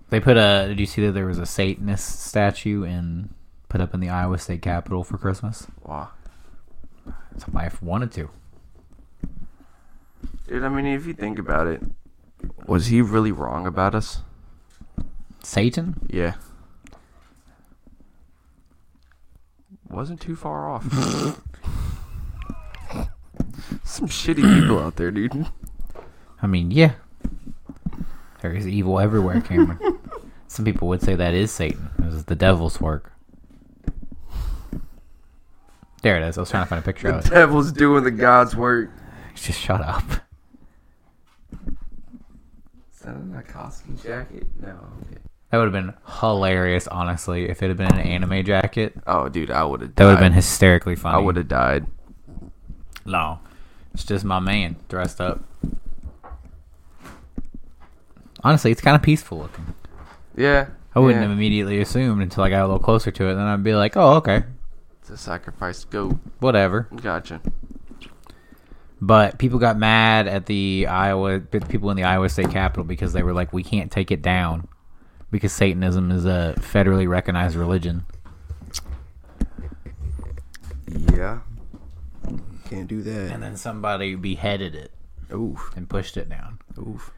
Speaker 1: They put a. Did you see that there was a Satanist statue in put up in the Iowa State Capitol for Christmas?
Speaker 2: Wow.
Speaker 1: If I wanted to.
Speaker 2: Dude, I mean if you think about it, was he really wrong about us?
Speaker 1: Satan?
Speaker 2: Yeah. Wasn't too far off. Some shitty people out there, dude.
Speaker 1: I mean, yeah. There is evil everywhere, Cameron. Some people would say that is Satan. It was the devil's work. There it is. I was trying to find a
Speaker 2: Oh,
Speaker 1: picture of it.
Speaker 2: Devil's doing the God's work.
Speaker 1: Just shut up.
Speaker 2: Is that a Nikoski jacket? No. Okay.
Speaker 1: That would have been hilarious, honestly, if it had been an anime jacket.
Speaker 2: Oh, dude, I would have.
Speaker 1: That would have been hysterically funny.
Speaker 2: I would have died.
Speaker 1: No, it's just my man dressed up. Honestly, it's kind of peaceful looking.
Speaker 2: Yeah.
Speaker 1: I wouldn't
Speaker 2: yeah.
Speaker 1: have immediately assumed until I got a little closer to it. Then I'd be like, oh, okay,
Speaker 2: It's a sacrifice. Go.
Speaker 1: whatever.
Speaker 2: Gotcha.
Speaker 1: But people got mad at the Iowa the people in the Iowa State Capitol because they were like, we can't take it down because Satanism is a federally recognized religion.
Speaker 2: Yeah. Can't do that.
Speaker 1: And then somebody beheaded it
Speaker 2: Oof.
Speaker 1: and pushed it down.
Speaker 2: Oof.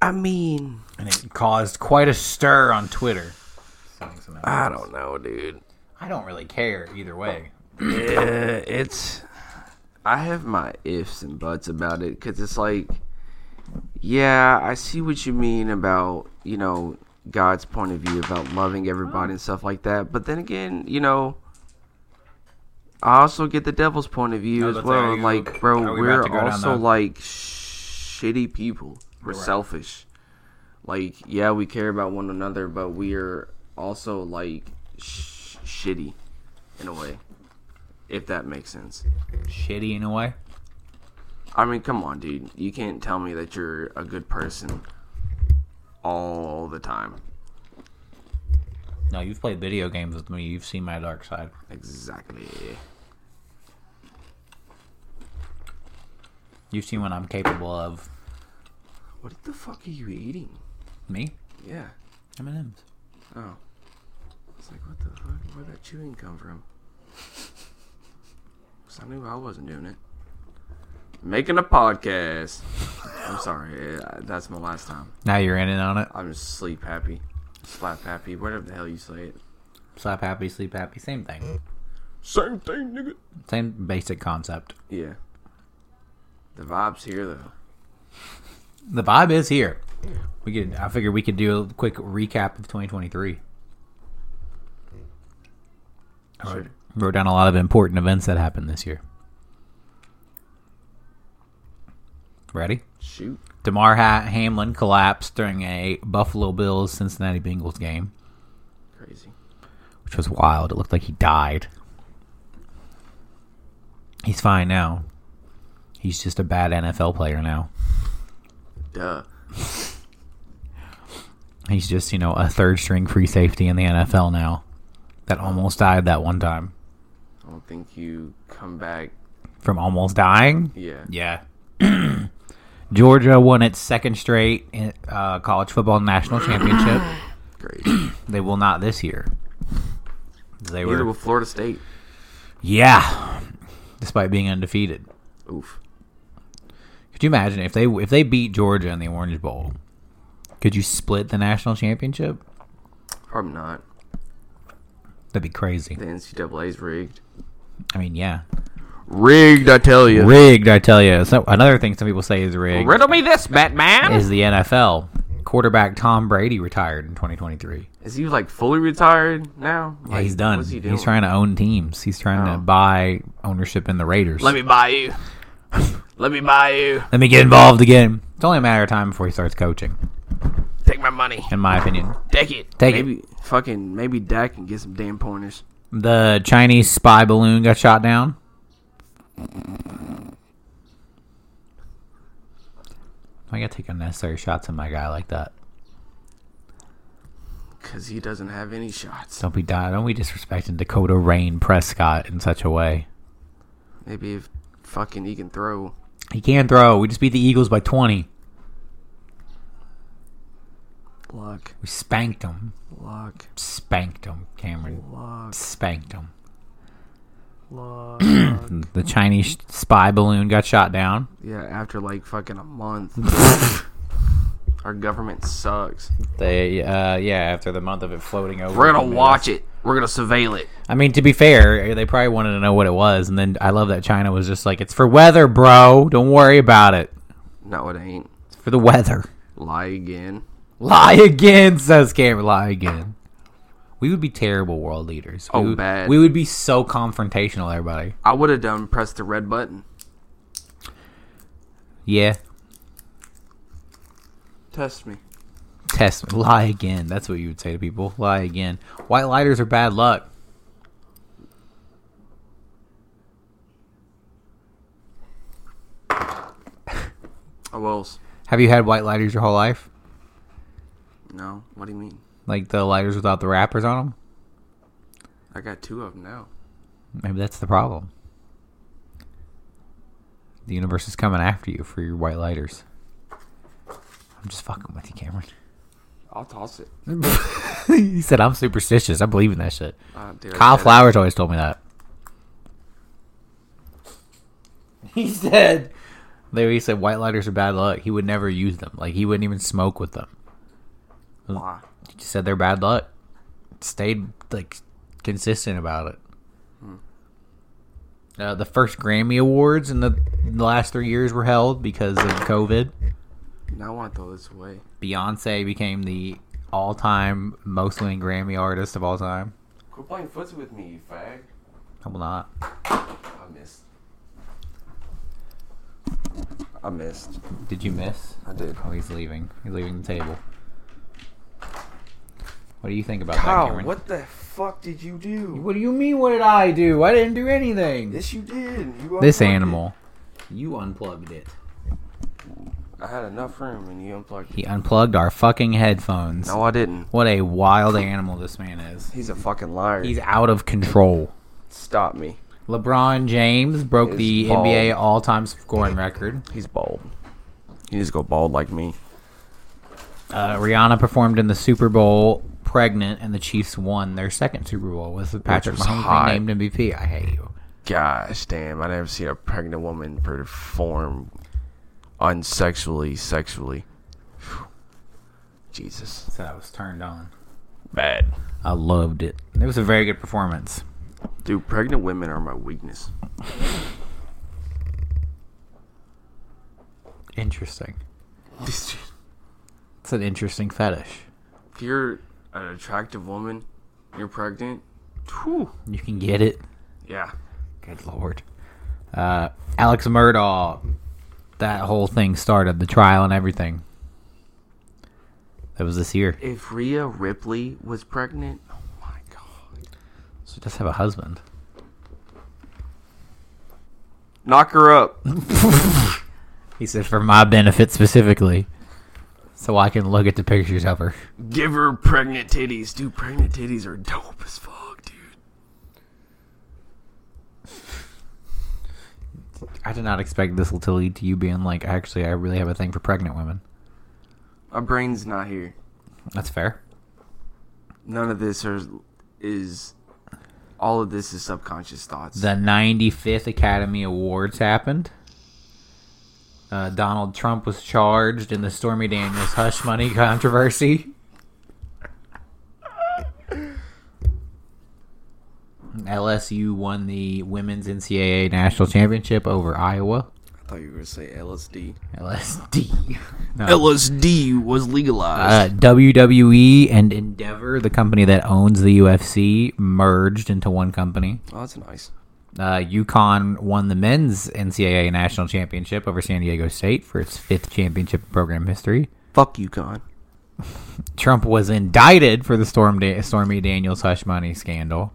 Speaker 2: I mean,
Speaker 1: and it caused quite a stir on Twitter.
Speaker 2: I don't know, dude.
Speaker 1: I don't really care either way.
Speaker 2: Yeah, it's. I have my ifs and buts about it because it's like, yeah, I see what you mean about you know God's point of view about loving everybody and stuff like that. But then again, you know, I also get the devil's point of view
Speaker 1: I was
Speaker 2: as
Speaker 1: about to say,
Speaker 2: well.
Speaker 1: are you-
Speaker 2: like,
Speaker 1: are
Speaker 2: bro,
Speaker 1: we
Speaker 2: we
Speaker 1: about
Speaker 2: are
Speaker 1: to go down
Speaker 2: also
Speaker 1: the-
Speaker 2: like shitty people. We're
Speaker 1: Right.
Speaker 2: selfish. Like, yeah, we care about one another, but we are also like sh- shitty in a way if that makes sense.
Speaker 1: Shitty in a way.
Speaker 2: I mean, come on, dude. You can't tell me that you're a good person all the time.
Speaker 1: No, you've played video games with me. You've seen my dark side.
Speaker 2: Exactly.
Speaker 1: You've seen what I'm capable of.
Speaker 2: What the fuck are you eating?
Speaker 1: Me?
Speaker 2: Yeah.
Speaker 1: M&M's.
Speaker 2: Oh. It's like, what the fuck? Where'd that chewing come from? 'Cause I knew I wasn't doing it. Making a podcast. I'm sorry. uh, That's my last time.
Speaker 1: Now you're in it on it.
Speaker 2: I'm just sleep happy. Slap happy. Whatever the hell you say it.
Speaker 1: Slap happy, sleep happy, same thing.
Speaker 2: Same thing, nigga.
Speaker 1: Same basic concept.
Speaker 2: Yeah. The vibe's here though.
Speaker 1: The vibe is here. We could. I figured we could do a quick recap of 2023. I wrote, wrote down a lot of important events that happened this year. Ready?
Speaker 2: Shoot.
Speaker 1: Damar Ha- Hamlin collapsed during a Buffalo Bills Cincinnati Bengals game,
Speaker 2: Crazy.
Speaker 1: which was wild. It looked like he died. He's fine now. He's just a bad NFL player now.
Speaker 2: Duh.
Speaker 1: He's just, you know, a third string free safety in the NFL now that almost died that one time.
Speaker 2: I don't think you come back.
Speaker 1: From almost dying?
Speaker 2: Yeah.
Speaker 1: Yeah. Georgia won its second straight uh, college football national championship.
Speaker 2: Crazy.
Speaker 1: They will not this year. They
Speaker 2: Neither
Speaker 1: were.
Speaker 2: with Florida State.
Speaker 1: Yeah. Despite being undefeated.
Speaker 2: Oof.
Speaker 1: Could you imagine if they if they beat Georgia in the Orange Bowl? Could you split the national championship?
Speaker 2: Probably not.
Speaker 1: That'd be crazy.
Speaker 2: The NCAA's rigged.
Speaker 1: I mean, yeah,
Speaker 2: Rigged, I tell you.
Speaker 1: rigged. I tell you. So another thing some people say is rigged
Speaker 2: Riddle me this, Batman.
Speaker 1: is the NFL. Quarterback Tom Brady retired in 2023.
Speaker 2: Is he like fully retired now?
Speaker 1: Yeah, he's done. He's trying to own teams. He's trying to
Speaker 2: Oh.
Speaker 1: buy ownership in the Raiders.
Speaker 2: Let me buy you. Let me buy you.
Speaker 1: Let me get involved again. It's only a matter of time before he starts coaching,
Speaker 2: Take my money.
Speaker 1: in my opinion.
Speaker 2: Take it.
Speaker 1: Take
Speaker 2: maybe, Fucking maybe Dak can get some damn pointers.
Speaker 1: it. The Chinese spy balloon got shot down. I gotta take unnecessary shots at my guy like that.
Speaker 2: Cause he doesn't have any shots.
Speaker 1: Don't be di- don't be disrespecting Dakota Rain Prescott in such a way.
Speaker 2: Maybe if fucking he can throw.
Speaker 1: He can throw. We just beat the Eagles by 20.
Speaker 2: Luck.
Speaker 1: We spanked them.
Speaker 2: Luck.
Speaker 1: Spanked them, Cameron.
Speaker 2: Luck.
Speaker 1: Spanked them.
Speaker 2: Luck.
Speaker 1: The Chinese spy balloon got shot down.
Speaker 2: yeah, after like fucking a month. Our government sucks.
Speaker 1: They, uh, yeah, after the month of it floating over.
Speaker 2: We're gonna watch it. We're gonna surveil it.
Speaker 1: I mean, to be fair, they probably wanted to know what it was, and then I love that China was just like, "It's for weather, bro. Don't worry about it.
Speaker 2: No, it ain't.
Speaker 1: It's for the weather."
Speaker 2: Lie again.
Speaker 1: Lie again, says Cameron. Lie again. We would be terrible world leaders.
Speaker 2: Oh,
Speaker 1: we would,
Speaker 2: bad.
Speaker 1: We would be so confrontational, everybody.
Speaker 2: I would have done press the red button.
Speaker 1: Yeah,
Speaker 2: Test me.
Speaker 1: test. Lie again. That's what you would say to people. Lie again. White lighters are bad luck.
Speaker 2: Oh, Wells.
Speaker 1: Have you had white lighters your whole life?
Speaker 2: No. What do you mean?
Speaker 1: Like the lighters without the wrappers on them?
Speaker 2: I got two of them now.
Speaker 1: Maybe that's the problem. The universe is coming after you for your white lighters. I'm just fucking with you, Cameron.
Speaker 2: I'll toss it.
Speaker 1: he said I'm superstitious. I believe in that shit.
Speaker 2: Uh, dude, I
Speaker 1: Kyle
Speaker 2: said it.
Speaker 1: Flowers always told me that. He said they he said white lighters are bad luck. He would never use them. Like he wouldn't even smoke with them.
Speaker 2: Why?
Speaker 1: He just said they're bad luck. Stayed like consistent about it. Hmm. Uh, the first Grammy Awards in the, the last three years were held because of COVID.
Speaker 2: Now I want to throw this away.
Speaker 1: Beyonce became the all-time most winning Grammy artist of all time.
Speaker 2: Quit playing footsie with me, you fag.
Speaker 1: I will not.
Speaker 2: I missed. I missed.
Speaker 1: Did you miss?
Speaker 2: I did.
Speaker 1: Oh, he's leaving. He's leaving the table. What do you think about that,
Speaker 2: Kyle,
Speaker 1: Cameron?
Speaker 2: what the fuck did you do?
Speaker 1: What do you mean? What did I do? I didn't do anything.
Speaker 2: Yes, you did. You
Speaker 1: this
Speaker 2: unplugged it.
Speaker 1: animal. You unplugged it.
Speaker 2: I had enough room and you unplugged it.
Speaker 1: He unplugged our fucking headphones.
Speaker 2: No, I didn't.
Speaker 1: What a wild animal this man is.
Speaker 2: He's a fucking liar.
Speaker 1: He's out of control.
Speaker 2: Stop me.
Speaker 1: LeBron James broke
Speaker 2: Is
Speaker 1: the
Speaker 2: bald.
Speaker 1: NBA all-time scoring record.
Speaker 2: He's bald. He needs to go bald like me.
Speaker 1: Uh, Rihanna performed in the Super Bowl pregnant, and the Chiefs won their second Super Bowl with Patrick
Speaker 2: was
Speaker 1: Mahomes
Speaker 2: hot.
Speaker 1: being named MVP. I hate you.
Speaker 2: Gosh damn, I never seen a pregnant woman perform unsexually, sexually. Phew. Jesus.
Speaker 1: So I was turned on.
Speaker 2: Bad.
Speaker 1: I loved it. It was a very good performance.
Speaker 2: Dude, pregnant women are my weakness.
Speaker 1: Interesting.
Speaker 2: This-
Speaker 1: It's an interesting fetish.
Speaker 2: if you're an attractive woman, you're pregnant. Whew.
Speaker 1: You can get it.
Speaker 2: Yeah.
Speaker 1: Good lord. Uh, Alex Murdaugh. That whole thing started the trial and everything. That was this year.
Speaker 2: If Rhea Ripley was pregnant, oh my god.
Speaker 1: So just have a husband.
Speaker 2: Knock her up.
Speaker 1: He said for my benefit specifically, so I can look at the pictures of her.
Speaker 2: Give her pregnant titties. Dude, pregnant titties are dope as fuck, dude.
Speaker 1: I did not expect this to lead to you being like, actually, I really have a thing for pregnant women.
Speaker 2: My brain's not here.
Speaker 1: That's fair.
Speaker 2: None of this are, is. All of this is subconscious thoughts.
Speaker 1: The 95th Academy Awards happened. Uh, Donald Trump was charged in the Stormy Daniels hush money controversy. LSU won the women's NCAA national championship over Iowa.
Speaker 2: I thought you were gonna say LSD.
Speaker 1: LSD. No.
Speaker 2: LSD was
Speaker 1: uh,
Speaker 2: legalized.
Speaker 1: WWE and Endeavor, the company that owns the UFC, merged into one company.
Speaker 2: oh, that's nice.
Speaker 1: Uh, UConn won the men's NCAA national championship over San Diego State for its fifth championship in program history.
Speaker 2: Fuck you, Con.
Speaker 1: Trump was indicted for the Storm da- Stormy Daniels hush money scandal.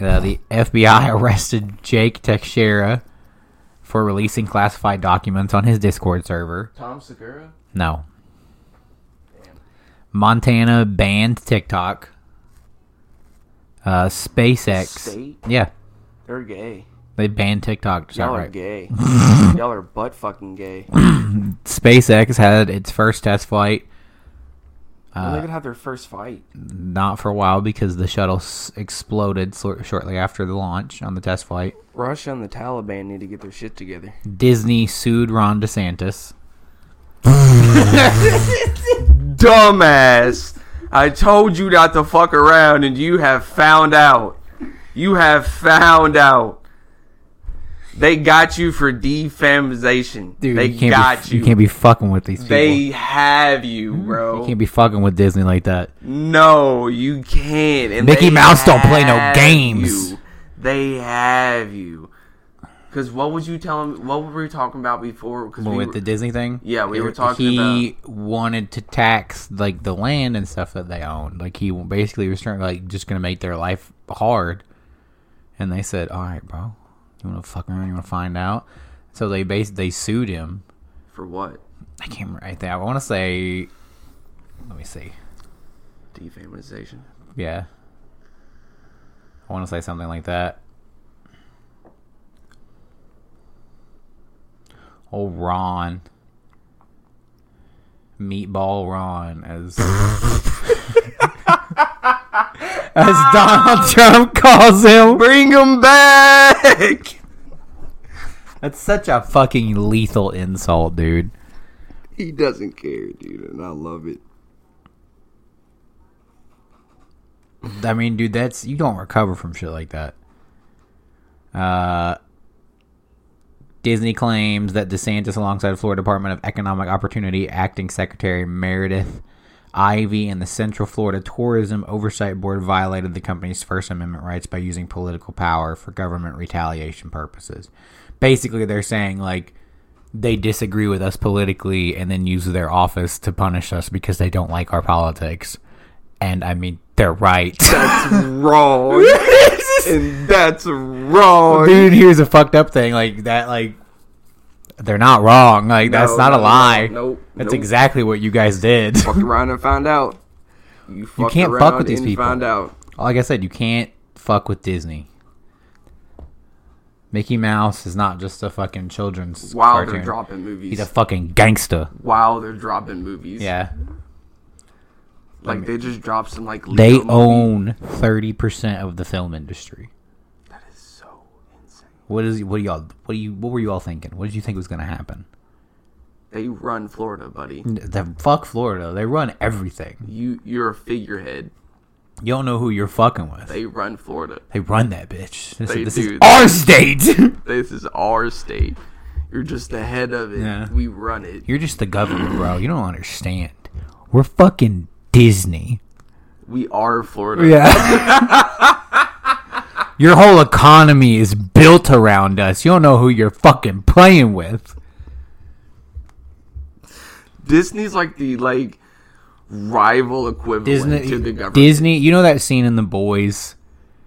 Speaker 1: Uh, the FBI arrested Jake Teixeira for releasing classified documents on his Discord server.
Speaker 2: Tom Segura.
Speaker 1: No. Montana banned TikTok. Uh, SpaceX.
Speaker 2: State?
Speaker 1: Yeah,
Speaker 2: They're gay.
Speaker 1: they banned TikTok. just
Speaker 2: Y'all are
Speaker 1: outright.
Speaker 2: gay. Y'all are butt fucking gay.
Speaker 1: SpaceX had its first test flight
Speaker 2: Well, they could have their first fight.
Speaker 1: not for a while because the shuttle s- exploded sor- shortly after the launch on the test flight.
Speaker 2: Russia and the Taliban need to get their shit together.
Speaker 1: Disney sued Ron DeSantis.
Speaker 2: Dumbass! I told you not to fuck around, and you have found out. You have found out. They got you for defamation.
Speaker 1: Dude,
Speaker 2: they
Speaker 1: you can't
Speaker 2: got
Speaker 1: be,
Speaker 2: you.
Speaker 1: you. can't be fucking with these people.
Speaker 2: they have you,
Speaker 1: you
Speaker 2: bro.
Speaker 1: can't be fucking with Disney like that.
Speaker 2: No, you can't. And
Speaker 1: Mickey
Speaker 2: they
Speaker 1: Mouse don't play no
Speaker 2: have
Speaker 1: games.
Speaker 2: you. They have you. Because what would you tell him? What were we talking about before? Because
Speaker 1: Well,
Speaker 2: we
Speaker 1: with
Speaker 2: were,
Speaker 1: the Disney thing?
Speaker 2: Yeah, we
Speaker 1: It-
Speaker 2: were talking
Speaker 1: He wanted to tax like the land and stuff that they owned. Like he basically was trying like just gonna make their life hard. And they said, "All right, bro, you want to fuck around? You want to find out?" So they bas- they sued him
Speaker 2: for what?
Speaker 1: I can't remember right there. I want to say. Let me see.
Speaker 2: Defamation.
Speaker 1: Yeah. I want to say something like that. Oh, Ron. Meatball Ron as. as Donald Trump calls him.
Speaker 2: Bring him back.
Speaker 1: That's such a fucking lethal insult, dude.
Speaker 2: he doesn't care, dude, and I love it.
Speaker 1: I mean, dude, that's you don't recover from shit like that. Uh, Disney claims that DeSantis, alongside Florida Department of Economic Opportunity Acting Secretary Meredith Ivy and the Central Florida Tourism Oversight Board, violated the company's First Amendment rights by using political power for government retaliation purposes. Basically, they're saying like they disagree with us politically and then use their office to punish us because they don't like our politics. And I mean, they're right.
Speaker 2: Wrong, and that's wrong.
Speaker 1: dude here's a fucked up thing like that like they're not wrong like that's
Speaker 2: No,
Speaker 1: not a
Speaker 2: no,
Speaker 1: lie
Speaker 2: no, nope,
Speaker 1: that's
Speaker 2: nope.
Speaker 1: exactly what you guys did
Speaker 2: Fuck around and find out. You, fuck
Speaker 1: can't
Speaker 2: around
Speaker 1: fuck with these
Speaker 2: and
Speaker 1: people.
Speaker 2: Find out.
Speaker 1: like i said you can't fuck with disney mickey mouse is not just a fucking children's
Speaker 2: While they're
Speaker 1: cartoon.
Speaker 2: dropping movies.
Speaker 1: he's a fucking gangster
Speaker 2: while they're dropping movies.
Speaker 1: yeah
Speaker 2: Like they just drop some like
Speaker 1: they
Speaker 2: legal
Speaker 1: own
Speaker 2: movie.
Speaker 1: 30% of the film industry
Speaker 2: That is so insane.
Speaker 1: what is what do y'all what do you what were you all thinking what did you think was gonna happen
Speaker 2: They run Florida, buddy.
Speaker 1: the fuck florida they run everything
Speaker 2: You you're a figurehead.
Speaker 1: you don't know who you're fucking with
Speaker 2: They run Florida.
Speaker 1: They run that bitch. This,
Speaker 2: They
Speaker 1: is, this
Speaker 2: do.
Speaker 1: is our state.
Speaker 2: This is our state. You're just the head of it.
Speaker 1: Yeah.
Speaker 2: We run it.
Speaker 1: You're just the government, bro. You don't understand. We're fucking Disney.
Speaker 2: We are Florida.
Speaker 1: Yeah. Your whole economy is built around us. You don't know who you're fucking playing with.
Speaker 2: Disney's like the like rival equivalent
Speaker 1: Disney,
Speaker 2: to the government.
Speaker 1: Disney. You know that scene in The Boys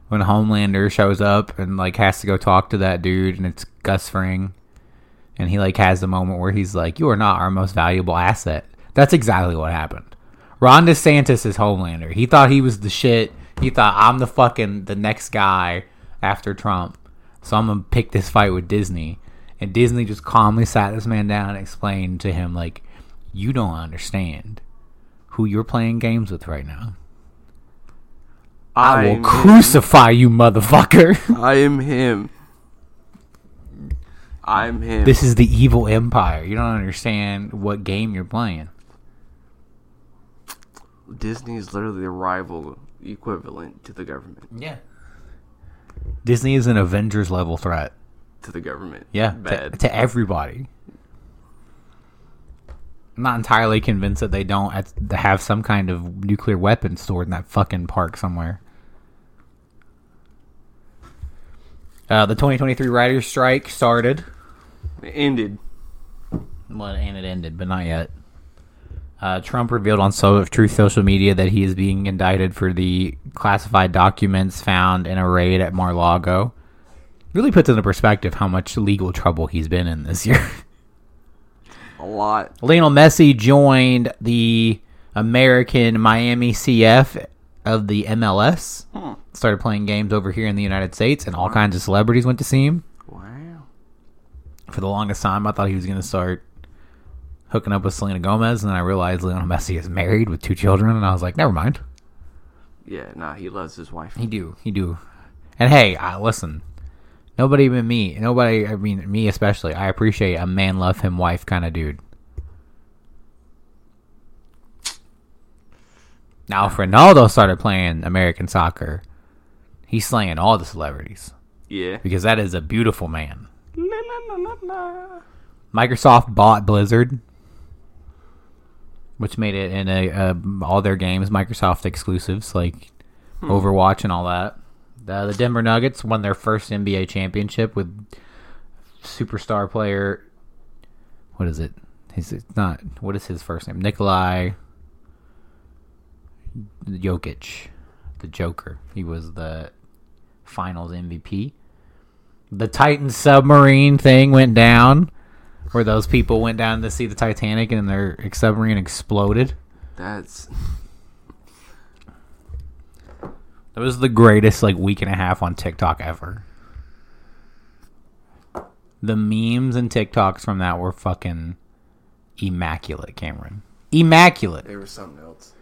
Speaker 1: when Homelander shows up and like has to go talk to that dude, and it's Gus Fring, and he like has the moment where he's like, "You are not our most valuable asset." That's exactly what happened. Ron DeSantis is Homelander. He thought he was the shit. He thought I'm the fucking the next guy after Trump, so I'm gonna pick this fight with Disney. And Disney just calmly sat this man down and explained to him like, "You don't understand." who you're playing games with right now. I will
Speaker 2: I'm
Speaker 1: crucify you, motherfucker.
Speaker 2: I am him. I'm him.
Speaker 1: this is the evil empire. You don't understand what game you're playing.
Speaker 2: Disney is literally the rival equivalent to the government.
Speaker 1: Yeah. Disney is an Avengers level threat.
Speaker 2: To the government.
Speaker 1: Yeah, to-
Speaker 2: Bad.
Speaker 1: To, everybody. I'm not entirely convinced that they don't at- to have some kind of nuclear weapon stored in that fucking park somewhere. Uh, the 2023 writers' strike started.
Speaker 2: It ended.
Speaker 1: Well, and it ended, but not yet. Uh, Trump revealed on so- Truth Social Media that he is being indicted for the classified documents found in a raid at Mar-Lago. Really puts into perspective how much legal trouble he's been in this year.
Speaker 2: A lot.
Speaker 1: Lionel Messi joined the American Miami CF of the MLS. Started playing games over here in the United States, and all kinds of celebrities went to see him.
Speaker 2: Wow.
Speaker 1: For the longest time, I thought he was going to start hooking up with Selena Gomez, and then I realized Lionel Messi is married with two children, and I was like, never mind.
Speaker 2: Yeah, nah, he loves his wife.
Speaker 1: He do, he do. And hey, I, listen, nobody but me, nobody, I mean, me especially, I appreciate a man love him wife kind of dude. Now, if Ronaldo started playing American soccer, he's slaying all the celebrities
Speaker 2: Yeah.
Speaker 1: because that is a beautiful man. Microsoft bought Blizzard, which made it in a, uh, all their games Microsoft exclusives like Overwatch and all that. The, the Denver Nuggets won their first NBA championship with superstar player. What is it? Is it not? What is his first name? Nikolai Jokic, the Joker. He was the Finals MVP. The Titan submarine thing went down where those people went down to see the Titanic and their submarine exploded.
Speaker 2: That's
Speaker 1: That was the greatest like week and a half on TikTok ever. The memes and TikToks from that were fucking immaculate, Cameron. Immaculate.
Speaker 2: They were something else.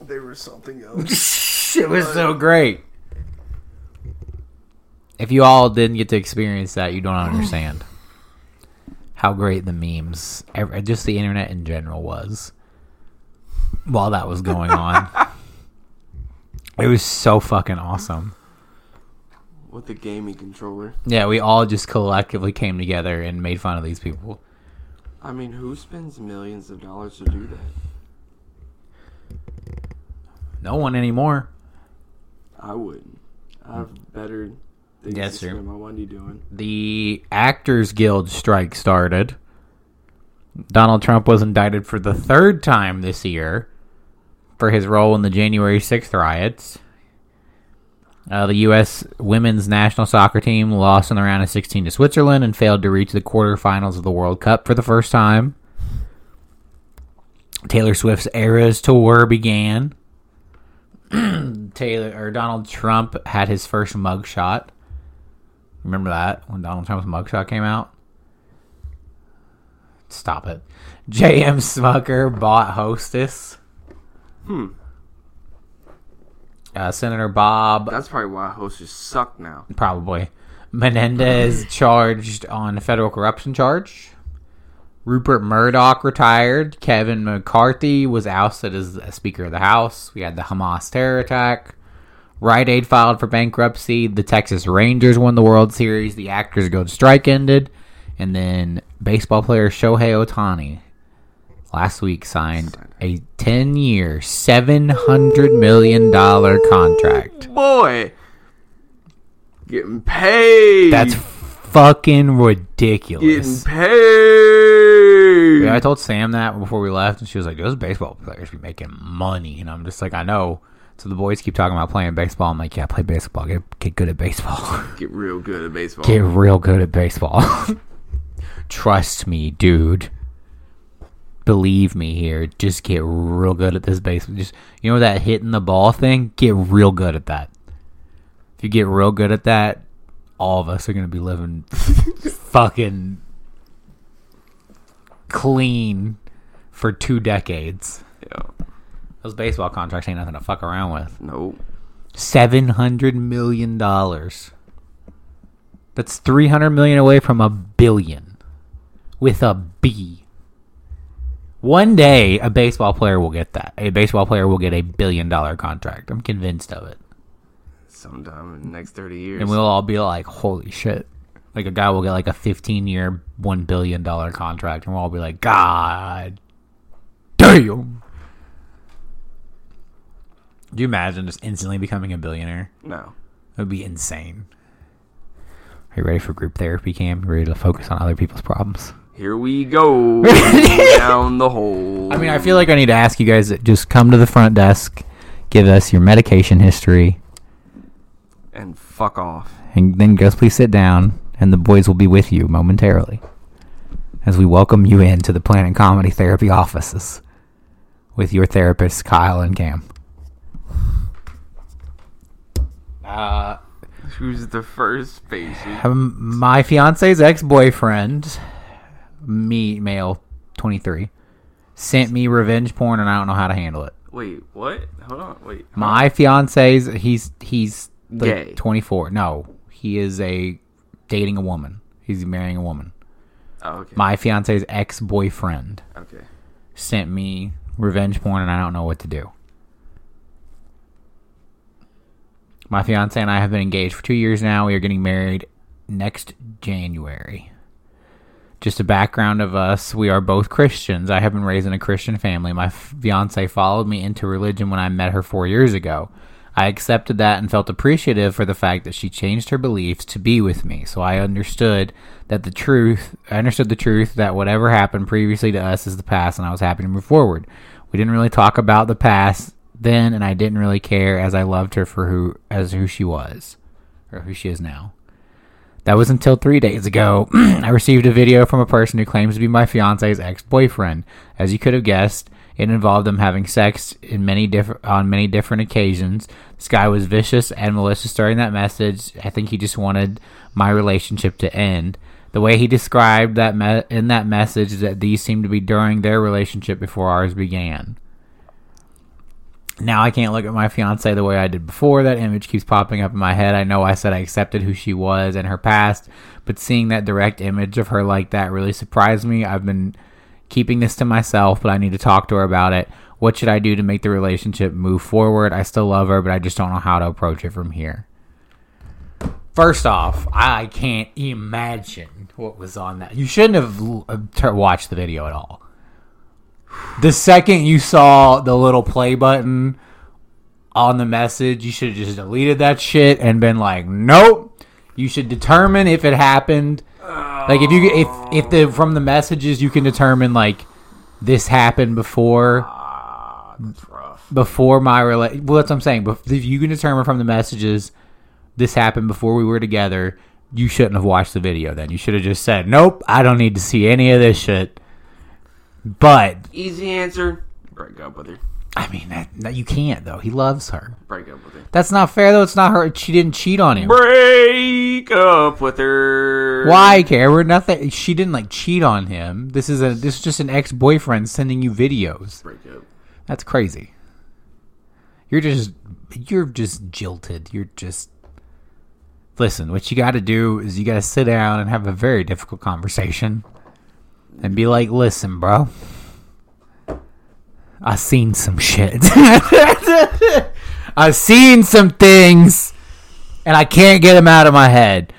Speaker 2: They were something else.
Speaker 1: Shit was so great. If you all didn't get to experience that, you don't understand how great the memes, ev- just the internet in general, was while that was going on. it was so fucking awesome.
Speaker 2: With the gaming controller.
Speaker 1: Yeah, we all just collectively came together and made fun of these people.
Speaker 2: I mean, who spends millions of dollars to do that?
Speaker 1: No one anymore.
Speaker 2: I wouldn't. I have better things
Speaker 1: Yes,
Speaker 2: to
Speaker 1: sir.
Speaker 2: spend my money doing.
Speaker 1: The Actors Guild strike started. Donald Trump was indicted for the third time this year for his role in the January 6th riots. Uh, the U.S. women's national soccer team lost in the round of 16 to Switzerland and failed to reach the quarterfinals of the World Cup for the first time. Taylor Swift's Eras tour began. Taylor or Donald Trump had his first mugshot. Remember that when Donald Trump's mugshot came out? Stop it. J.M. Smucker bought Hostess. Hmm. Uh, Senator Bob
Speaker 2: That's probably why hosts just suck now.
Speaker 1: probably. Menendez charged on a federal corruption charge. Rupert Murdoch retired. Kevin McCarthy was ousted as Speaker of the House. We had the Hamas terror attack. Rite Aid filed for bankruptcy. The Texas Rangers won the World Series. The Actors Guild strike ended. And then baseball player Shohei Otani last week signed a 10 year, $700 million contract.
Speaker 2: Boy! Getting paid!
Speaker 1: That's fucking ridiculous.
Speaker 2: Getting paid!
Speaker 1: Yeah, I told Sam that before we left, and she was like, "Those baseball players be making money," and I'm just like, "I know." So the boys keep talking about playing baseball. I'm like, "Yeah, play baseball. Get get good at baseball.
Speaker 2: Get real good at baseball.
Speaker 1: get real good at baseball. Trust me, dude. Believe me here. Just get real good at this baseball. Just you know that hitting the ball thing. Get real good at that. If you get real good at that, all of us are gonna be living fucking clean for two decades.
Speaker 2: Yeah.
Speaker 1: Those baseball contracts ain't nothing to fuck around with.
Speaker 2: Nope.
Speaker 1: Seven hundred million dollars. That's three hundred million away from a billion, with a B. One day, a baseball player will get that. A baseball player will get a billion dollar contract. I'm convinced of it.
Speaker 2: sometime in the next 30 years.
Speaker 1: And we'll all be like, holy shit. Like, a guy will get like a 15 year, $1 billion contract. And we'll all be like, God damn. Do you imagine just instantly becoming a billionaire?
Speaker 2: no.
Speaker 1: It would be insane. Are you ready for group therapy, Cam? You ready to focus on other people's problems?
Speaker 2: Here we go down the hole.
Speaker 1: I mean, I feel like I need to ask you guys to just come to the front desk, give us your medication history,
Speaker 2: and fuck off.
Speaker 1: and then just please sit down, and the boys will be with you momentarily as we welcome you into the Planet Comedy Therapy offices with your therapists, Kyle and Cam. Uh,
Speaker 2: Who's the first patient?
Speaker 1: um, my fiance's ex boyfriend, me, male, 23, sent me revenge porn, and I don't know how to handle it.
Speaker 2: Wait, what? Hold on. Wait.
Speaker 1: My fiance's he's he's like
Speaker 2: Gay.
Speaker 1: 24. No, he is a dating a woman. He's marrying a woman.
Speaker 2: Oh, okay.
Speaker 1: My fiance's ex-boyfriend
Speaker 2: okay.
Speaker 1: sent me revenge porn and I don't know what to do. My fiance and I have been engaged for 2 years now. We are getting married next January. Just a background of us, we are both Christians. I have been raised in a Christian family. My fiance followed me into religion when I met her 4 years ago. I accepted that and felt appreciative for the fact that she changed her beliefs to be with me. So I understood that the truth, I understood the truth that whatever happened previously to us is the past, and I was happy to move forward. We didn't really talk about the past then, and I didn't really care as I loved her for who as who she was, or who she is now. That was until three days ago. I received a video from a person who claims to be my fiance's ex-boyfriend. As you could have guessed, it involved them having sex in many different on many different occasions. This guy was vicious and malicious during that message. I think he just wanted my relationship to end. The way he described that me- in that message is that these seemed to be during their relationship before ours began. Now I can't look at my fiance the way I did before. That image keeps popping up in my head. I know I said I accepted who she was and her past, but seeing that direct image of her like that really surprised me. I've been keeping this to myself, but I need to talk to her about it. What should I do to make the relationship move forward? I still love her, but I just don't know how to approach it from here. First off, I can't imagine what was on that. You shouldn't have l- uh, tur- watched the video at all. The second you saw the little play button on the message, you should have just deleted that shit and been like, "Nope." You should determine if it happened. Like if you if if the from the messages you can determine like this happened before
Speaker 2: Ah, That's rough.
Speaker 1: before my rela- well that's what I'm saying. But if you can determine from the messages this happened before we were together, you shouldn't have watched the video. Then you should have just said, "Nope, I don't need to see any of this shit." But
Speaker 2: Easy answer. Break up with her.
Speaker 1: I mean, that, that you can't though. He loves her.
Speaker 2: Break up with her.
Speaker 1: That's not fair though. It's not her. She didn't cheat on him.
Speaker 2: Break up with her.
Speaker 1: Why, Kara? Nothing. She didn't like cheat on him. This is a. This is just an ex boyfriend sending you videos.
Speaker 2: Break up.
Speaker 1: That's crazy. You're just. You're just jilted. You're just. Listen, what you got to do is you got to sit down and have a very difficult conversation, and be like, "Listen, bro, I seen some shit. I seen some things." and I can't get them out of my head.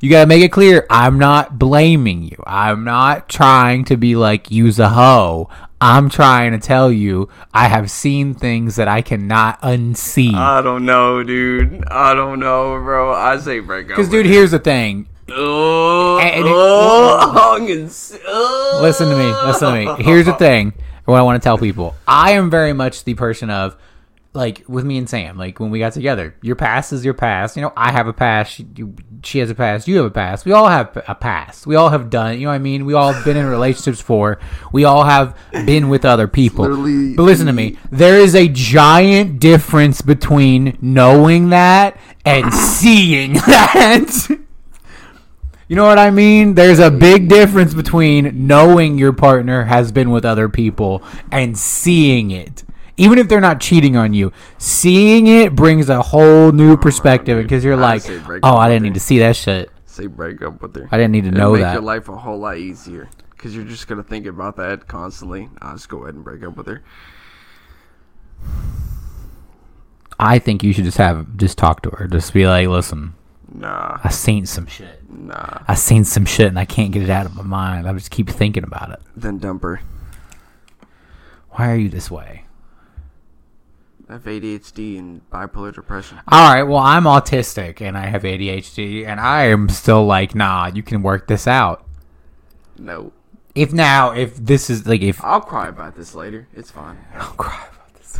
Speaker 1: You gotta make it clear. I'm not blaming you. I'm not trying to be like use a hoe. I'm trying to tell you I have seen things that I cannot unsee.
Speaker 2: I don't know, dude. I don't know, bro. I say break up.
Speaker 1: Because,
Speaker 2: with
Speaker 1: dude,
Speaker 2: her.
Speaker 1: here's the thing.
Speaker 2: Oh,
Speaker 1: And- and it-
Speaker 2: oh, I can s- oh.
Speaker 1: Listen to me. Listen to me. Here's the thing. What I want to tell people. I am very much the person of, like, with me and Sam. Like when we got together, your past is your past. You know, I have a past. She, you, she has a past. You have a past. We all have a past. We all have done. You know what I mean? We all have been in relationships for. We all have been with other people.
Speaker 2: literally-
Speaker 1: But listen to me. There is a giant difference between knowing that and seeing that. You know what I mean? There's a big difference between knowing your partner has been with other people and seeing it. Even if they're not cheating on you, seeing it brings a whole new perspective because you're
Speaker 2: I'd
Speaker 1: like,
Speaker 2: Oh, say break
Speaker 1: "Oh,
Speaker 2: up
Speaker 1: I
Speaker 2: with
Speaker 1: didn't
Speaker 2: her."
Speaker 1: need to see that shit.
Speaker 2: Say break up with her.
Speaker 1: I didn't need to
Speaker 2: It'll
Speaker 1: know
Speaker 2: make your
Speaker 1: that."
Speaker 2: life a whole lot easier. because you're just gonna think about that constantly. I'll just go ahead and break up with her.
Speaker 1: I think you should just have just talk to her. Just be like, listen,
Speaker 2: Nah,
Speaker 1: I seen some shit.
Speaker 2: nah.
Speaker 1: I seen some shit and I can't get it out of my mind. I just keep thinking about it.
Speaker 2: Then dump her.
Speaker 1: Why are you this way?
Speaker 2: I have ADHD and bipolar depression.
Speaker 1: All right, well, I'm autistic and I have ADHD and I am still like, nah, you can work this out.
Speaker 2: No,
Speaker 1: If now, if this is like, if oh,
Speaker 2: I'll cry about this later. It's fine.
Speaker 1: Don't cry about this.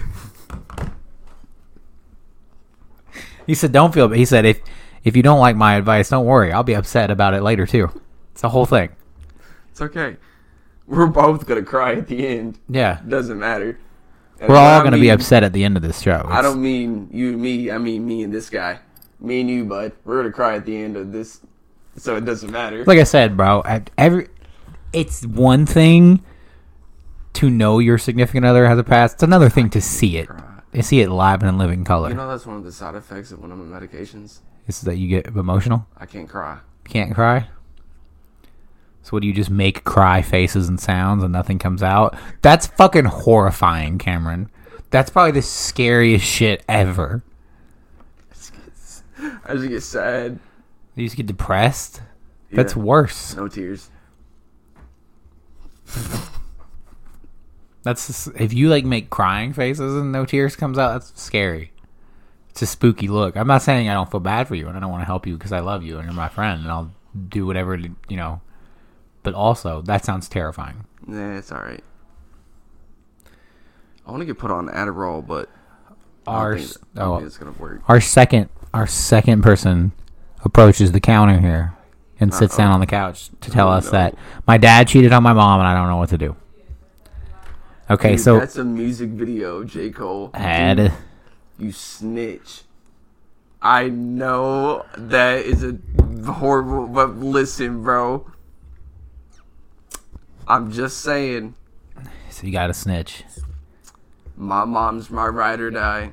Speaker 1: he said, "Don't feel." He said, "If if you don't like my advice, don't worry. I'll be upset about it later too. It's the whole thing."
Speaker 2: It's okay. We're both gonna cry at the end.
Speaker 1: Yeah,
Speaker 2: Doesn't matter. And
Speaker 1: we're
Speaker 2: what
Speaker 1: all
Speaker 2: I
Speaker 1: gonna be
Speaker 2: mean-
Speaker 1: upset at the end of this show.
Speaker 2: I
Speaker 1: It's-
Speaker 2: don't mean you and me. I mean me and this guy. Me and you, bud. We're gonna cry at the end of this, so it doesn't matter.
Speaker 1: Like I said, bro. I- Every it's one thing to know your significant other has a past. It's another thing to see it. To see it live and in living color.
Speaker 2: you know, that's one of the side effects of one of my medications.
Speaker 1: This is that you get emotional.
Speaker 2: I can't cry.
Speaker 1: can't cry. So what do you just make cry faces and sounds and nothing comes out? That's fucking horrifying, Cameron. That's probably the scariest shit ever.
Speaker 2: I just get sad.
Speaker 1: You just get depressed. That's
Speaker 2: Yeah.
Speaker 1: worse.
Speaker 2: No tears.
Speaker 1: That's just- if you like make crying faces and no tears comes out. That's scary. It's a spooky look. I'm not saying I don't feel bad for you and I don't want to help you because I love you and you're my friend and I'll do whatever to- you know. But also, that sounds terrifying.
Speaker 2: Nah, it's all right. I want to get put on Adderall, but I
Speaker 1: Our
Speaker 2: don't think,
Speaker 1: s-
Speaker 2: I don't
Speaker 1: oh.
Speaker 2: think it's gonna work.
Speaker 1: our second our second person approaches the counter here and sits down on the couch to tell
Speaker 2: Oh,
Speaker 1: us
Speaker 2: no.
Speaker 1: that my dad cheated on my mom and I don't know what to do. Okay,
Speaker 2: Dude,
Speaker 1: so
Speaker 2: that's a music video, J. Cole.
Speaker 1: had
Speaker 2: Dude, you snitch. I know that is a horrible, but listen, bro. I'm just saying,
Speaker 1: so you got to snitch.
Speaker 2: my mom's my ride or die.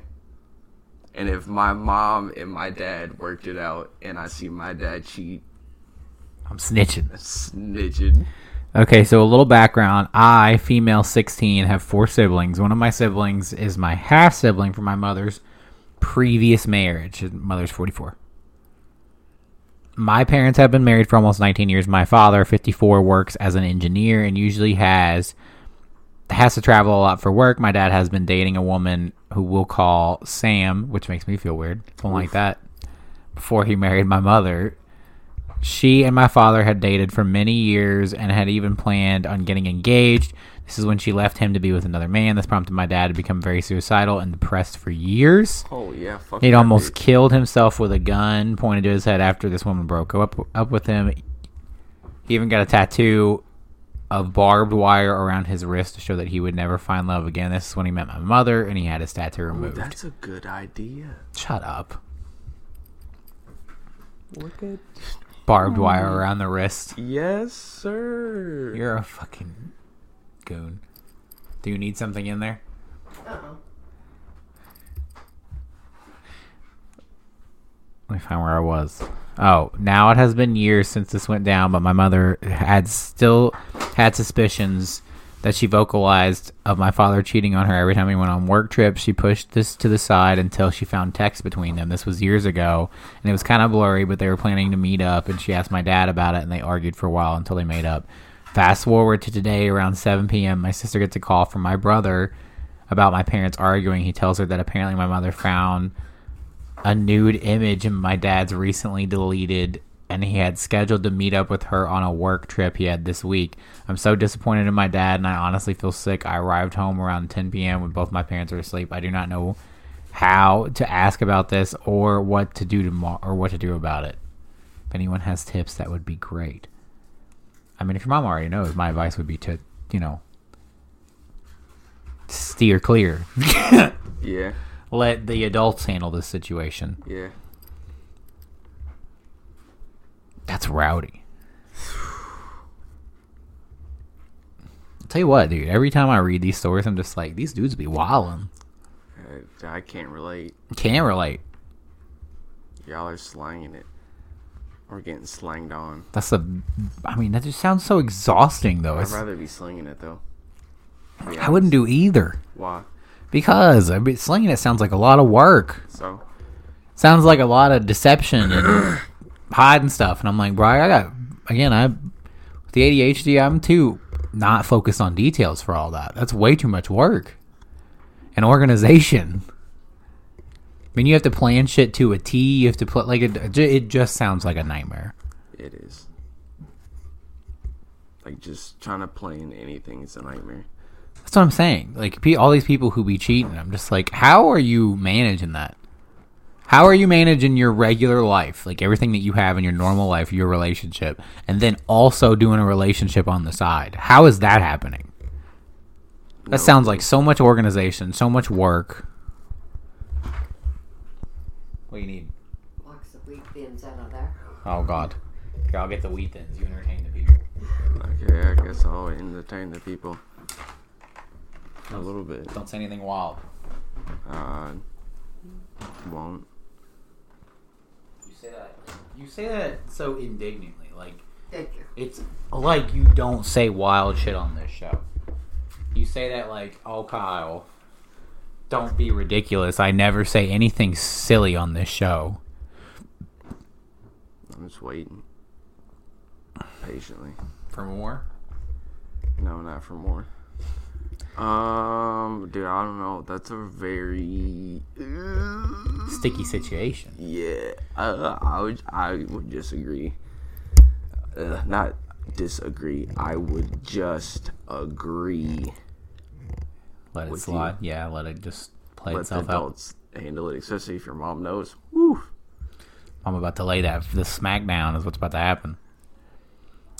Speaker 2: And if my mom and my dad worked it out and I see my dad cheat,
Speaker 1: I'm snitching.
Speaker 2: snitching.
Speaker 1: Okay, so a little background. I, female 16, have four siblings. One of my siblings is my half sibling from my mother's previous marriage. His mother's 44. My parents have been married for almost 19 years. My father, 54, works as an engineer and usually has has to travel a lot for work. My dad has been dating a woman who we'll call Sam, which makes me feel weird. Something like that. Before he married my mother, she and my father had dated for many years and had even planned on getting engaged. This is when she left him to be with another man. This prompted my dad to become very suicidal and depressed for years.
Speaker 2: Oh, yeah, fuck
Speaker 1: He'd
Speaker 2: that
Speaker 1: almost
Speaker 2: bitch.
Speaker 1: killed himself with a gun pointed to his head after this woman broke up up with him. He even got a tattoo of barbed wire around his wrist to show that he would never find love again. This is when he met my mother and he had his tattoo removed.
Speaker 2: That's a good idea.
Speaker 1: Oh, Shut up.
Speaker 2: Look at.
Speaker 1: Barbed wire around the wrist.
Speaker 2: Yes, sir.
Speaker 1: You're a fucking goon. Do you need something in there?
Speaker 3: Uh-oh.
Speaker 1: Let me find where I was. Oh, now it has been years since this went down, but my mother had still had suspicions that she vocalized of my father cheating on her every time he went on work trips. She pushed this to the side until she found text between them. This was years ago, and it was kind of blurry, but they were planning to meet up, and she asked my dad about it, and they argued for a while until they made up. Fast forward to today around 7 p.m., my sister gets a call from my brother about my parents arguing. He tells her that apparently my mother found a nude image in my dad's recently deleted and he had scheduled to meet up with her on a work trip he had this week. I'm so disappointed in my dad and I honestly feel sick. I arrived home around 10 p.m. when both my parents are asleep. I do not know how to ask about this or what to do tomorrow or what to do about it. If anyone has tips, that would be great. I mean, if your mom already knows, my advice would be to, you know, steer clear.
Speaker 2: Yeah,
Speaker 1: Let the adults handle this situation.
Speaker 2: yeah.
Speaker 1: That's rowdy. I'll tell you what, dude. Every time I read these stories, I'm just like, these dudes be wildin'.
Speaker 2: I- I can't relate.
Speaker 1: Can't relate.
Speaker 2: Y'all are slanging it. We're getting slanged on.
Speaker 1: That's a. I mean, that just sounds so exhausting, though.
Speaker 2: I'd
Speaker 1: It's,
Speaker 2: rather be slinging it though.
Speaker 1: I wouldn't do either
Speaker 2: Why?
Speaker 1: because I mean, slinging it sounds like a lot of work.
Speaker 2: So
Speaker 1: Sounds like a lot of deception and hiding stuff. And I'm like, bro, I got again. I with the ADHD, I'm too not focused on details for all that. That's way too much work and organization. I mean, you have to plan shit to a T. You have to put like it. It just sounds like a nightmare.
Speaker 2: it is. Like just trying to plan anything is a nightmare.
Speaker 1: That's what I'm saying. Like pe- all these people who be cheating, I'm just like, how are you managing that? How are you managing your regular life, like everything that you have in your normal life, your relationship, and then also doing a relationship on the side? How is that happening? That sounds like so much organization, so much work. What do you need?
Speaker 5: Box of wheat thins out of there.
Speaker 1: Oh God! Here, I'll get the wheat thins. You entertain the people.
Speaker 2: Okay, I guess I'll entertain the people. A little bit.
Speaker 1: Don't say anything wild.
Speaker 2: Uh, won't.
Speaker 1: You say that. You say that so indignantly, like.
Speaker 5: Thank you.
Speaker 1: It's like you don't say wild shit on this show. You say that like, oh, Kyle, don't be ridiculous. I never say anything silly on this show.
Speaker 2: I'm just waiting patiently.
Speaker 1: For more?
Speaker 2: No, not for more. Um, dude, I don't know. That's a very
Speaker 1: Sticky situation.
Speaker 2: yeah. Uh, I would I would disagree. Uh, not disagree. I would just agree.
Speaker 1: Let it
Speaker 2: With
Speaker 1: slide. Yeah, let it just play
Speaker 2: Let the
Speaker 1: itself out.
Speaker 2: adults handle it, especially if your mom knows. Woo.
Speaker 1: I'm about to lay that. The smackdown is what's about to happen.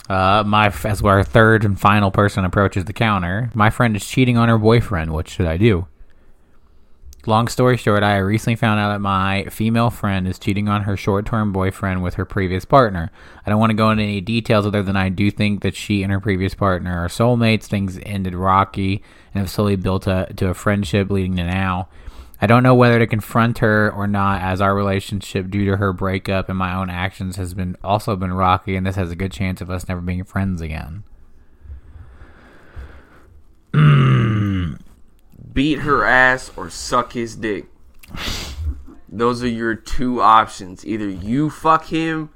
Speaker 1: Uh, my f- as our third and final person approaches the counter, my friend is cheating on her boyfriend. What should I do? Long story short, I recently found out that my female friend is cheating on her short-term boyfriend with her previous partner. I don't want to go into any details other than I do think that she and her previous partner are soulmates. Things ended rocky and have slowly built a, to a friendship leading to now. I don't know whether to confront her or not, as our relationship, due to her breakup and my own actions, has been also been rocky, and this has a good chance of us never being friends again.
Speaker 2: beat her ass or suck his dick. Those are your two options. Either you fuck him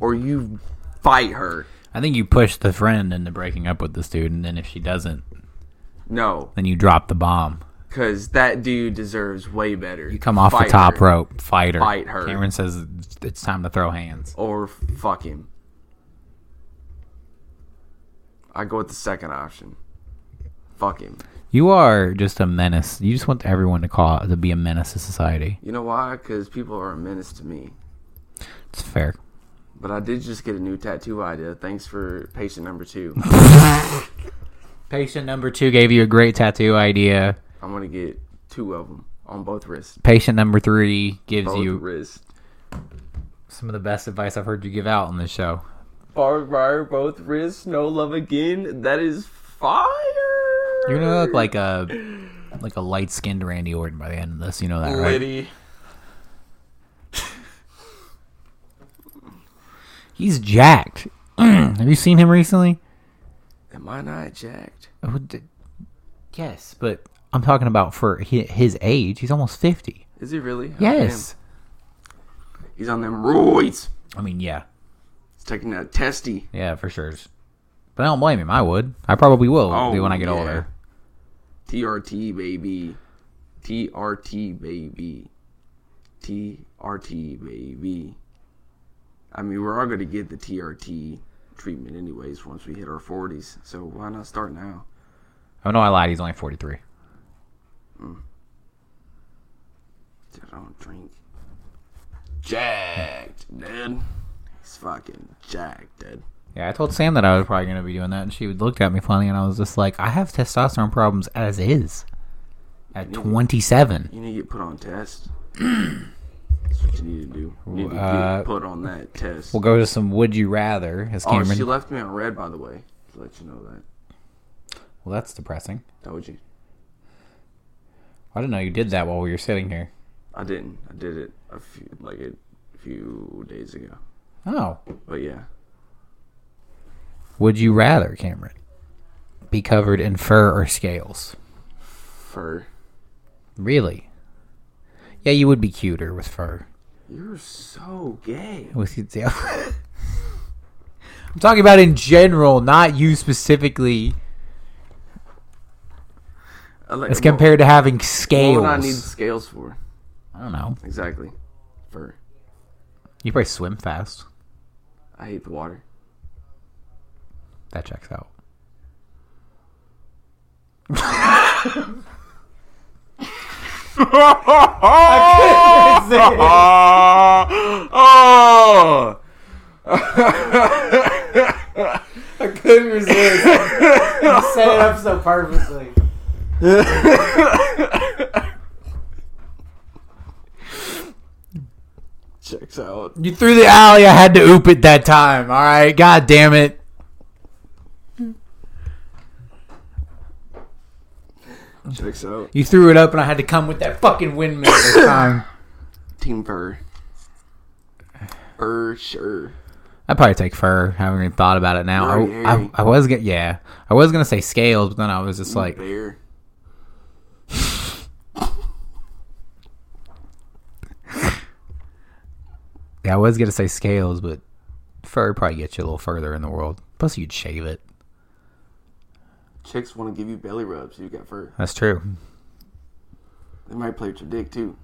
Speaker 2: or you fight her.
Speaker 1: I think you push the friend into breaking up with this dude, and then if she doesn't,
Speaker 2: No,
Speaker 1: then you drop the bomb.
Speaker 2: because that dude deserves way better.
Speaker 1: You come off
Speaker 2: Fight
Speaker 1: the top
Speaker 2: her
Speaker 1: rope, fighter.
Speaker 2: Fight her.
Speaker 1: Cameron says it's time to throw hands.
Speaker 2: Or fuck him. I go with the second option. Fuck him.
Speaker 1: You are just a menace. You just want everyone to call to be a menace to society.
Speaker 2: You know why? Because people are a menace to me.
Speaker 1: It's fair.
Speaker 2: But I did just get a new tattoo idea. Thanks for patient number two.
Speaker 1: Patient number two gave you a great tattoo idea.
Speaker 2: I'm gonna get two of them on both wrists.
Speaker 1: Patient number three gives
Speaker 2: Both
Speaker 1: you
Speaker 2: wrists.
Speaker 1: some of the best advice I've heard you give out on this show.
Speaker 2: Barbed wire, both wrists, no love again. That is fire.
Speaker 1: You're gonna look like a like a light skinned Randy Orton by the end of this. You know that, right?
Speaker 2: Liddy.
Speaker 1: He's jacked. Have you seen him recently?
Speaker 2: Am I not jacked?
Speaker 1: I would- Yes, but I'm talking about for hi- his age. He's almost fifty.
Speaker 2: Is he really? Oh,
Speaker 1: Yes.
Speaker 2: damn. He's on them roids.
Speaker 1: I mean, yeah,
Speaker 2: He's taking that testy.
Speaker 1: yeah, for sure. But I don't blame him. I would. I probably will
Speaker 2: Oh,
Speaker 1: when I get
Speaker 2: yeah.
Speaker 1: older.
Speaker 2: TRT baby. TRT baby. TRT baby. I mean, we're all gonna get the TRT treatment anyways once we hit our 40s. So why not start now?
Speaker 1: Oh no, I lied. He's only forty three.
Speaker 2: Dude, I don't drink. Jacked, dude. He's fucking jacked, dude.
Speaker 1: Yeah, I told Sam that I was probably going to be doing that, and she looked at me funny, and I was just like, I have testosterone problems as is at 27.
Speaker 2: You need to get put on test. That's what you need to do. You need to get
Speaker 1: Uh,
Speaker 2: put on that test.
Speaker 1: We'll go to some would you rather, as
Speaker 2: oh,
Speaker 1: Cameron.
Speaker 2: she left me on red, by the way. To let you know that.
Speaker 1: well, that's depressing.
Speaker 2: Told you.
Speaker 1: I didn't know you did that while we were sitting here.
Speaker 2: I didn't. I did it a few, like a few days ago.
Speaker 1: Oh.
Speaker 2: But yeah,
Speaker 1: Would you rather, Cameron, be covered in fur or scales?
Speaker 2: fur.
Speaker 1: Really? Yeah, you would be cuter with fur.
Speaker 2: You're so gay.
Speaker 1: With yeah. I'm talking about in general, not you specifically.
Speaker 2: I like-
Speaker 1: As
Speaker 2: what-
Speaker 1: compared to having scales.
Speaker 2: What would I need scales for?
Speaker 1: I don't know.
Speaker 2: Exactly. Fur.
Speaker 1: You probably swim fast.
Speaker 2: I hate the water.
Speaker 1: That checks out.
Speaker 2: Oh!
Speaker 6: I couldn't resist. you set it up so purposely.
Speaker 2: Checks out.
Speaker 1: You threw the alley. I had to oop it that time. All right. God damn it.
Speaker 2: Checks out.
Speaker 1: You threw it up, and I had to come with that fucking windmill this time.
Speaker 2: Team fur. For Er, sure.
Speaker 1: I'd probably take fur. I haven't even thought about it now.
Speaker 2: Right,
Speaker 1: I, I,
Speaker 2: right.
Speaker 1: I was gonna yeah, I was gonna say scales, but then I was just like,
Speaker 2: bear.
Speaker 1: yeah, I was gonna say scales, but fur would probably gets you a little further in the world. Plus, you'd shave it.
Speaker 2: Chicks want to give you belly rubs. You got fur.
Speaker 1: That's true.
Speaker 2: They might play with your dick too.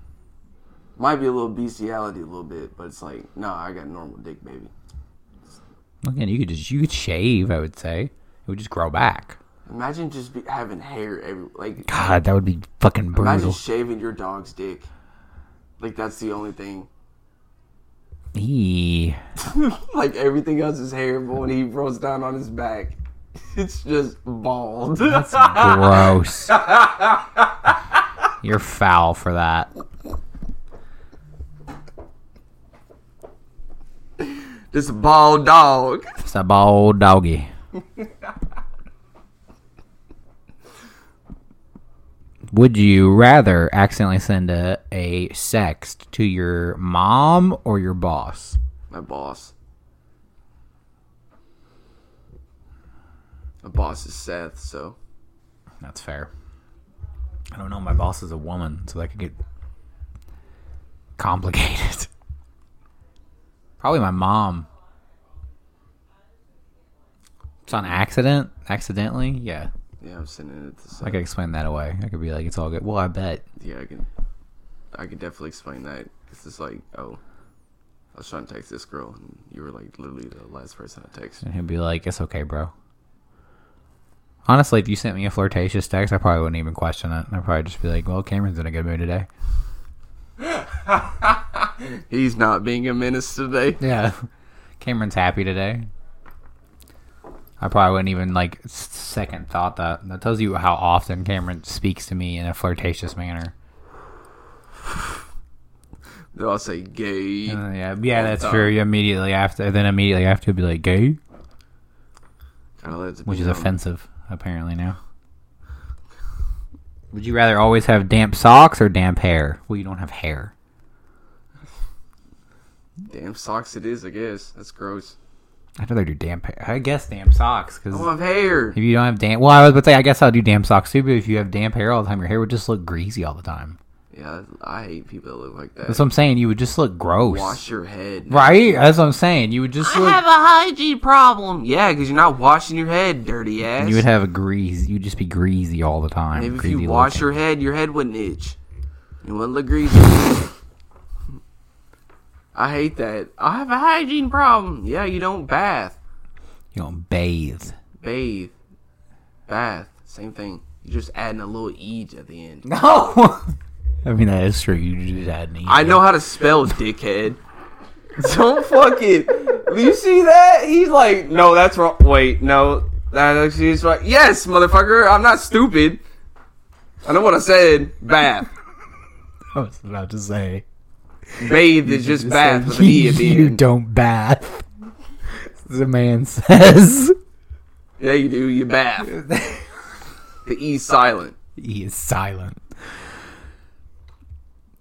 Speaker 2: Might be a little bestiality, a little bit, but it's like, nah, I got normal dick, baby.
Speaker 1: Again, you could just you could shave. I would say it would just grow back.
Speaker 2: Imagine just be, having hair every like.
Speaker 1: God, that would be fucking
Speaker 2: Imagine
Speaker 1: brutal.
Speaker 2: shaving your dog's dick. Like that's the only thing.
Speaker 1: Eee.
Speaker 2: Like everything else is hair, but when he rolls down on his back, it's just bald.
Speaker 1: Gross. You're foul for that.
Speaker 2: just a bald dog.
Speaker 1: It's a bald doggy. Would you rather accidentally send a, a sext to your mom or your boss?
Speaker 2: My boss. My boss is Seth, so
Speaker 1: That's fair. I don't know. My boss is a woman, so that could get complicated. Probably my mom. It's on accident? Accidentally? Yeah.
Speaker 2: yeah, I'm sending it to Seth.
Speaker 1: I could explain that away. I could be like, it's all good. Well, I bet.
Speaker 2: Yeah, I can. I can definitely explain that. It's just like, oh, I was trying to text this girl, and you were like literally the last person I texted.
Speaker 1: And he'll be like, it's okay, bro. Honestly, if you sent me a flirtatious text, I probably wouldn't even question it. I'd probably just be like, well, Cameron's in a good mood today.
Speaker 2: He's not being a menace today.
Speaker 1: Yeah. Cameron's happy today. I probably wouldn't even like s- second thought that. That tells you how often Cameron speaks to me in a flirtatious manner.
Speaker 2: Then I'll say gay.
Speaker 1: Uh, yeah, yeah, that's
Speaker 2: thought.
Speaker 1: true. You Immediately after, then immediately after, be like gay,
Speaker 2: Kinda let it
Speaker 1: which
Speaker 2: be
Speaker 1: is
Speaker 2: known.
Speaker 1: offensive apparently now. Would you rather always have damp socks or damp hair? Well, you don't have hair.
Speaker 2: Damn socks, it is. I guess that's gross.
Speaker 1: I'd rather do damp hair. I guess damp socks because
Speaker 2: I don't have hair.
Speaker 1: if you don't have damp, well, I was about to say I guess I'll do damp socks too. But if you have damp hair all the time, your hair would just look greasy all the time.
Speaker 2: Yeah, I hate people that look like that.
Speaker 1: That's what I'm saying. You would just look gross.
Speaker 2: Wash your head.
Speaker 1: Right? That's what I'm saying. You would just
Speaker 2: You
Speaker 1: look.
Speaker 2: have a hygiene problem. Yeah, because you're not washing your head, dirty ass.
Speaker 1: you would have a grease. You'd just be greasy all the time.
Speaker 2: Maybe if
Speaker 1: greasy
Speaker 2: you wash
Speaker 1: looking.
Speaker 2: your head, your head wouldn't itch. It wouldn't look greasy. I hate that. I have a hygiene problem. Yeah, you don't bath.
Speaker 1: You don't bathe.
Speaker 2: Bathe. Bath. Same thing. You're just adding a little E at the end.
Speaker 1: No. I mean that is true. You just had me.
Speaker 2: I know how to spell dickhead. Don't fuck it. You see that? He's like, no, that's wrong. Wait, no. That actually is right. Yes, motherfucker. I'm not stupid. I know what I said. Bath.
Speaker 1: I was about to say.
Speaker 2: Bathe is just bath with an E at the
Speaker 1: you
Speaker 2: end.
Speaker 1: don't bath. The man says.
Speaker 2: Yeah, you do. You bath. the E's silent.
Speaker 1: He is silent.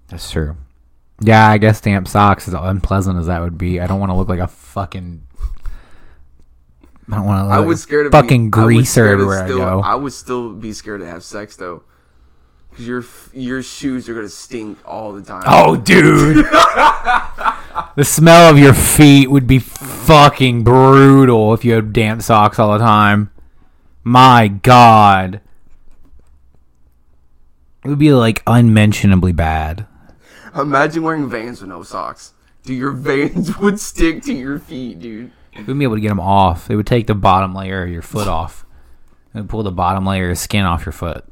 Speaker 1: That's true. Yeah, I guess damp socks, as unpleasant as that would be, I don't want to look like a fucking. I don't want to.
Speaker 2: I was scared of
Speaker 1: fucking
Speaker 2: being- I was
Speaker 1: greaser
Speaker 2: scared of
Speaker 1: everywhere
Speaker 2: still-
Speaker 1: I go.
Speaker 2: I would still be scared to have sex though, because your f- your shoes are gonna stink all the time.
Speaker 1: Oh, dude. the smell of your feet would be fucking brutal if you had damp socks all the time. My God. It would be like unmentionably bad.
Speaker 2: Imagine wearing Vans with no socks. Dude, your Vans would stick to your feet, dude.
Speaker 1: We wouldn't be able to get them off. They would take the bottom layer of your foot off. They would pull the bottom layer of skin off your foot.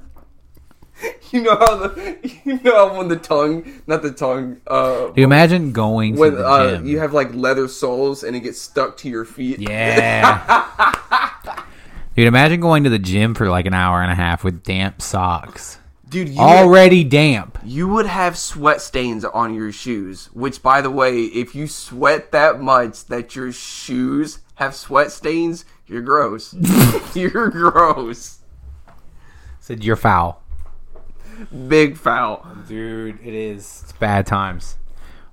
Speaker 2: You know how the you know how when the tongue, not the tongue, uh,
Speaker 1: Do you imagine going
Speaker 2: when
Speaker 1: to the
Speaker 2: uh,
Speaker 1: gym?
Speaker 2: you have like leather soles and it gets stuck to your feet.
Speaker 1: Yeah. Dude, imagine going to the gym for like an hour and a half with damp socks.
Speaker 2: dude, you
Speaker 1: Already damp.
Speaker 2: you would have sweat stains on your shoes. Which, by the way, if you sweat that much that your shoes have sweat stains, you're gross. you're gross.
Speaker 1: Said you're foul.
Speaker 2: Big foul.
Speaker 1: Dude, it is. It's bad times.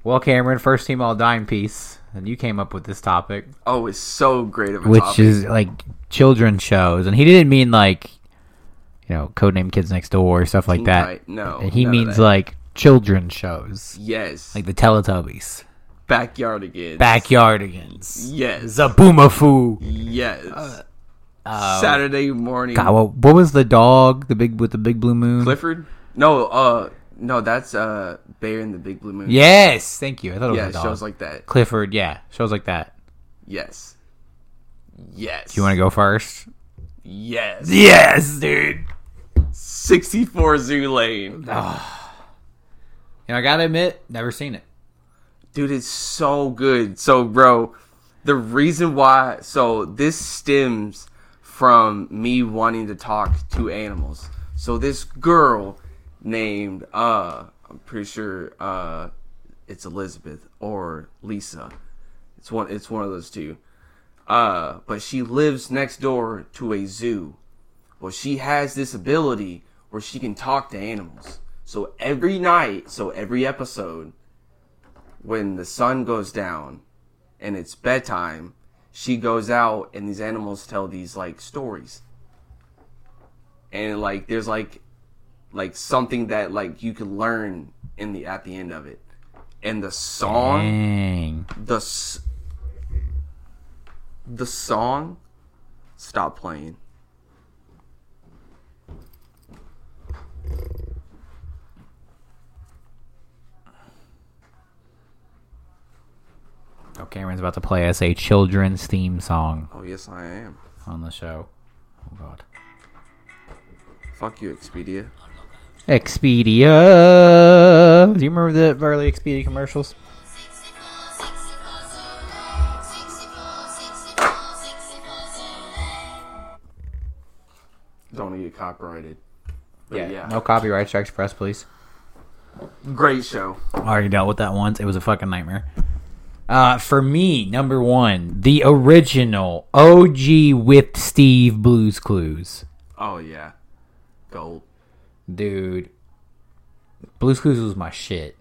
Speaker 1: Well, Cameron, first team all dime piece, and you came up with this topic,
Speaker 2: Oh, it's so great of a
Speaker 1: which
Speaker 2: topic.
Speaker 1: is like children shows, and he didn't mean like, you know, codename Kids Next Door or stuff like
Speaker 2: Teen
Speaker 1: that.
Speaker 2: Titans- no,
Speaker 1: and he
Speaker 2: none of
Speaker 1: means
Speaker 2: that.
Speaker 1: like children shows,
Speaker 2: yes,
Speaker 1: like
Speaker 2: like
Speaker 1: the Teletubbies,
Speaker 2: backyard again.
Speaker 1: Backyardigans,
Speaker 2: Yes.
Speaker 1: Zaboomafu.
Speaker 2: Yes.
Speaker 1: Uh,
Speaker 2: Saturday morning.
Speaker 1: God, what, what was the dog? The big with the big blue moon.
Speaker 2: Clifford? No, uh, no, that's uh, Bear and the Big Blue Moon.
Speaker 1: Yes, thank you. I thought it was
Speaker 2: yeah,
Speaker 1: a dog.
Speaker 2: shows like that.
Speaker 1: Clifford. Yeah, shows like that.
Speaker 2: Yes, yes.
Speaker 1: You want to go first?
Speaker 2: Yes.
Speaker 1: Yes, dude.
Speaker 2: 64 Zoo Lane.
Speaker 1: You know, I gotta admit, never seen it.
Speaker 2: Dude, it's so good. So, bro, the reason why, so this stems from me wanting to talk to animals. So, this girl named, uh, I'm pretty sure, uh, it's Elizabeth or Lisa. It's one, it's one of those two. Uh, but she lives next door to a zoo. Well, she has this ability where she can talk to animals. So every night, so every episode, when the sun goes down and it's bedtime, she goes out and these animals tell these like stories. And like there's like like something that like you can learn in the at the end of it. And the song
Speaker 1: Dang.
Speaker 2: the s- the song stop playing.
Speaker 1: Oh, Cameron's about to play us a children's theme song
Speaker 2: Oh yes, I am.
Speaker 1: on the show. Oh God.
Speaker 2: Fuck you, Expedia.
Speaker 1: Expedia. Do you remember the early Expedia commercials?
Speaker 2: Don't get copyrighted. But yeah,
Speaker 1: No copyright strikes for us, please.
Speaker 2: great show.
Speaker 1: Already dealt with that once. It was a fucking nightmare. Uh, for me, number one, the original OG with Steve Blues Clues.
Speaker 2: Oh yeah, gold.
Speaker 1: Dude, Blues Clues was my shit.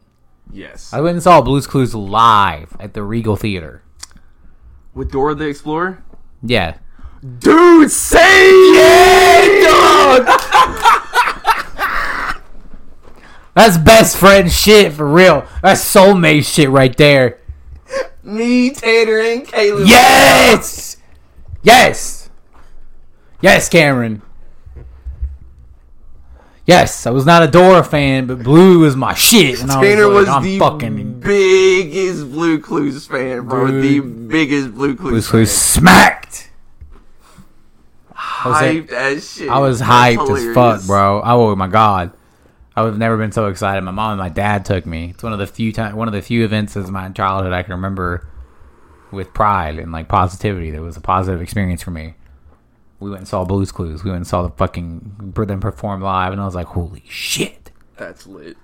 Speaker 2: Yes.
Speaker 1: I went and saw Blues Clues live at the Regal Theater.
Speaker 2: With Dora the Explorer.
Speaker 1: Yeah.
Speaker 2: Dude, say it, dog.
Speaker 1: That's best friend shit for real. That's soulmate shit right there.
Speaker 2: Me, Tanner, and Caleb.
Speaker 1: Yes! Yes! Yes, Cameron. Yes, I was not a Dora fan, but Blue is my shit. And I was
Speaker 2: Tanner
Speaker 1: like,
Speaker 2: was
Speaker 1: I'm
Speaker 2: the
Speaker 1: fucking.
Speaker 2: biggest Blue Clues fan, bro. The biggest Blue Clues.
Speaker 1: Blue's Clues smacked! Jose-
Speaker 2: Hyped as shit.
Speaker 1: I was
Speaker 2: That's
Speaker 1: hyped as fuck,
Speaker 2: hilarious.
Speaker 1: bro. Oh my god, I've never been so excited. My mom and my dad took me. It's one of the few time, one of the few events of my childhood I can remember with pride and like positivity. That was a positive experience for me. We went and saw Blues Clues. We went and saw the fucking them perform live, and I was like, holy shit.
Speaker 2: That's lit.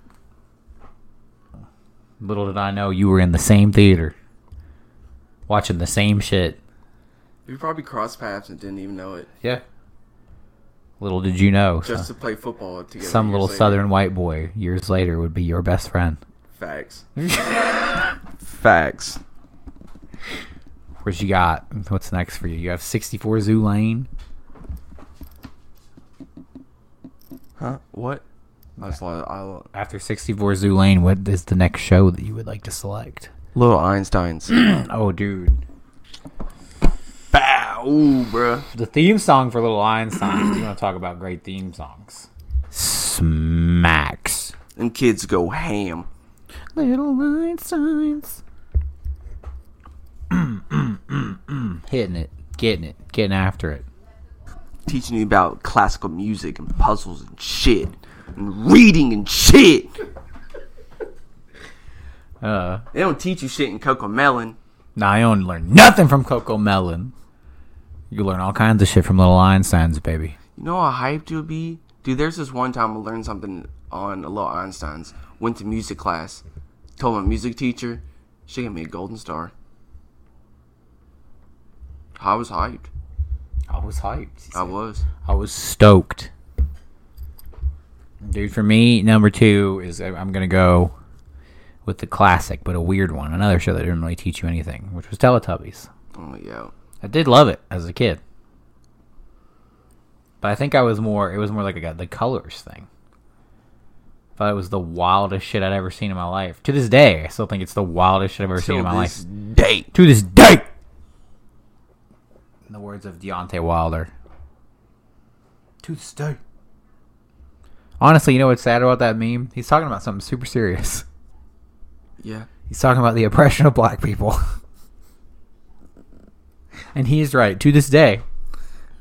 Speaker 1: Little did I know you were in the same theater, watching the same shit.
Speaker 2: We probably crossed paths and didn't even know it.
Speaker 1: Yeah. Little did you know,
Speaker 2: Just to play football together.
Speaker 1: some
Speaker 2: years
Speaker 1: little
Speaker 2: later.
Speaker 1: southern white boy years later would be your best friend.
Speaker 2: Facts. Facts.
Speaker 1: What you got? What's next for you? You have 64 Zoo Lane.
Speaker 2: Huh? What? I just love, I love,
Speaker 1: After 64 Zoo Lane, what is the next show that you would like to select?
Speaker 2: Little Einstein's.
Speaker 1: Oh, dude.
Speaker 2: Bow, ooh, bruh.
Speaker 1: The theme song for Little Einstein. you want to talk about great theme songs? Smacks.
Speaker 2: And kids go ham.
Speaker 1: Little Einsteins. Hitting it, getting it, getting after it.
Speaker 2: Teaching you about classical music and puzzles and shit. And reading and shit.
Speaker 1: Uh,
Speaker 2: They don't teach you shit in Coco Melon.
Speaker 1: now you don't learn nothing from Coco Melon. You learn all kinds of shit from Little Einsteins, baby.
Speaker 2: You know how hyped you'll be? Dude, there's this one time I learned something on a little Einstein's. Went to music class. Told my music teacher. She gave me a golden star. I was hyped.
Speaker 1: I was hyped.
Speaker 2: I was.
Speaker 1: I was stoked. Dude, for me, number two is uh, I'm gonna go with the classic, but a weird one. Another show that didn't really teach you anything, which was Teletubbies.
Speaker 2: Oh, yeah.
Speaker 1: I did love it as a kid, but I think I was more. It was more like I got the colors thing. I thought it was the wildest shit I'd ever seen in my life. To this day, I still think it's the wildest shit I've ever seen in my
Speaker 2: Till
Speaker 1: life
Speaker 2: this day.
Speaker 1: to this day. In the words of Deontay Wilder. To this day. Honestly, you know what's sad about that meme? He's talking about something super serious.
Speaker 2: Yeah.
Speaker 1: He's talking about the oppression of black people. and he is right, to this day.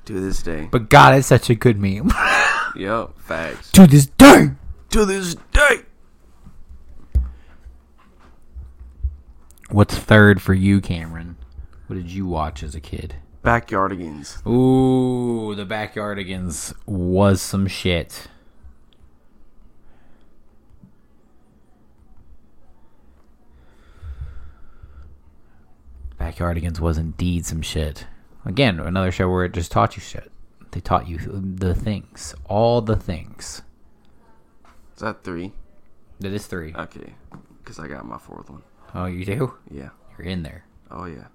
Speaker 2: To this day.
Speaker 1: But God, it's such a good meme.
Speaker 2: Yo, facts.
Speaker 1: to this day!
Speaker 2: To this day.
Speaker 1: What's third for you, Cameron? What did you watch as a kid?
Speaker 2: Backyardigans.
Speaker 1: Ooh, the Backyardigans was some shit. Backyardigans was indeed some shit. Again, another show where it just taught you shit. They taught you the things, all the things.
Speaker 2: Is that three?
Speaker 1: That is three.
Speaker 2: Okay. Because I got my fourth one.
Speaker 1: Oh, you do?
Speaker 2: Yeah.
Speaker 1: You're in there.
Speaker 2: Oh, yeah.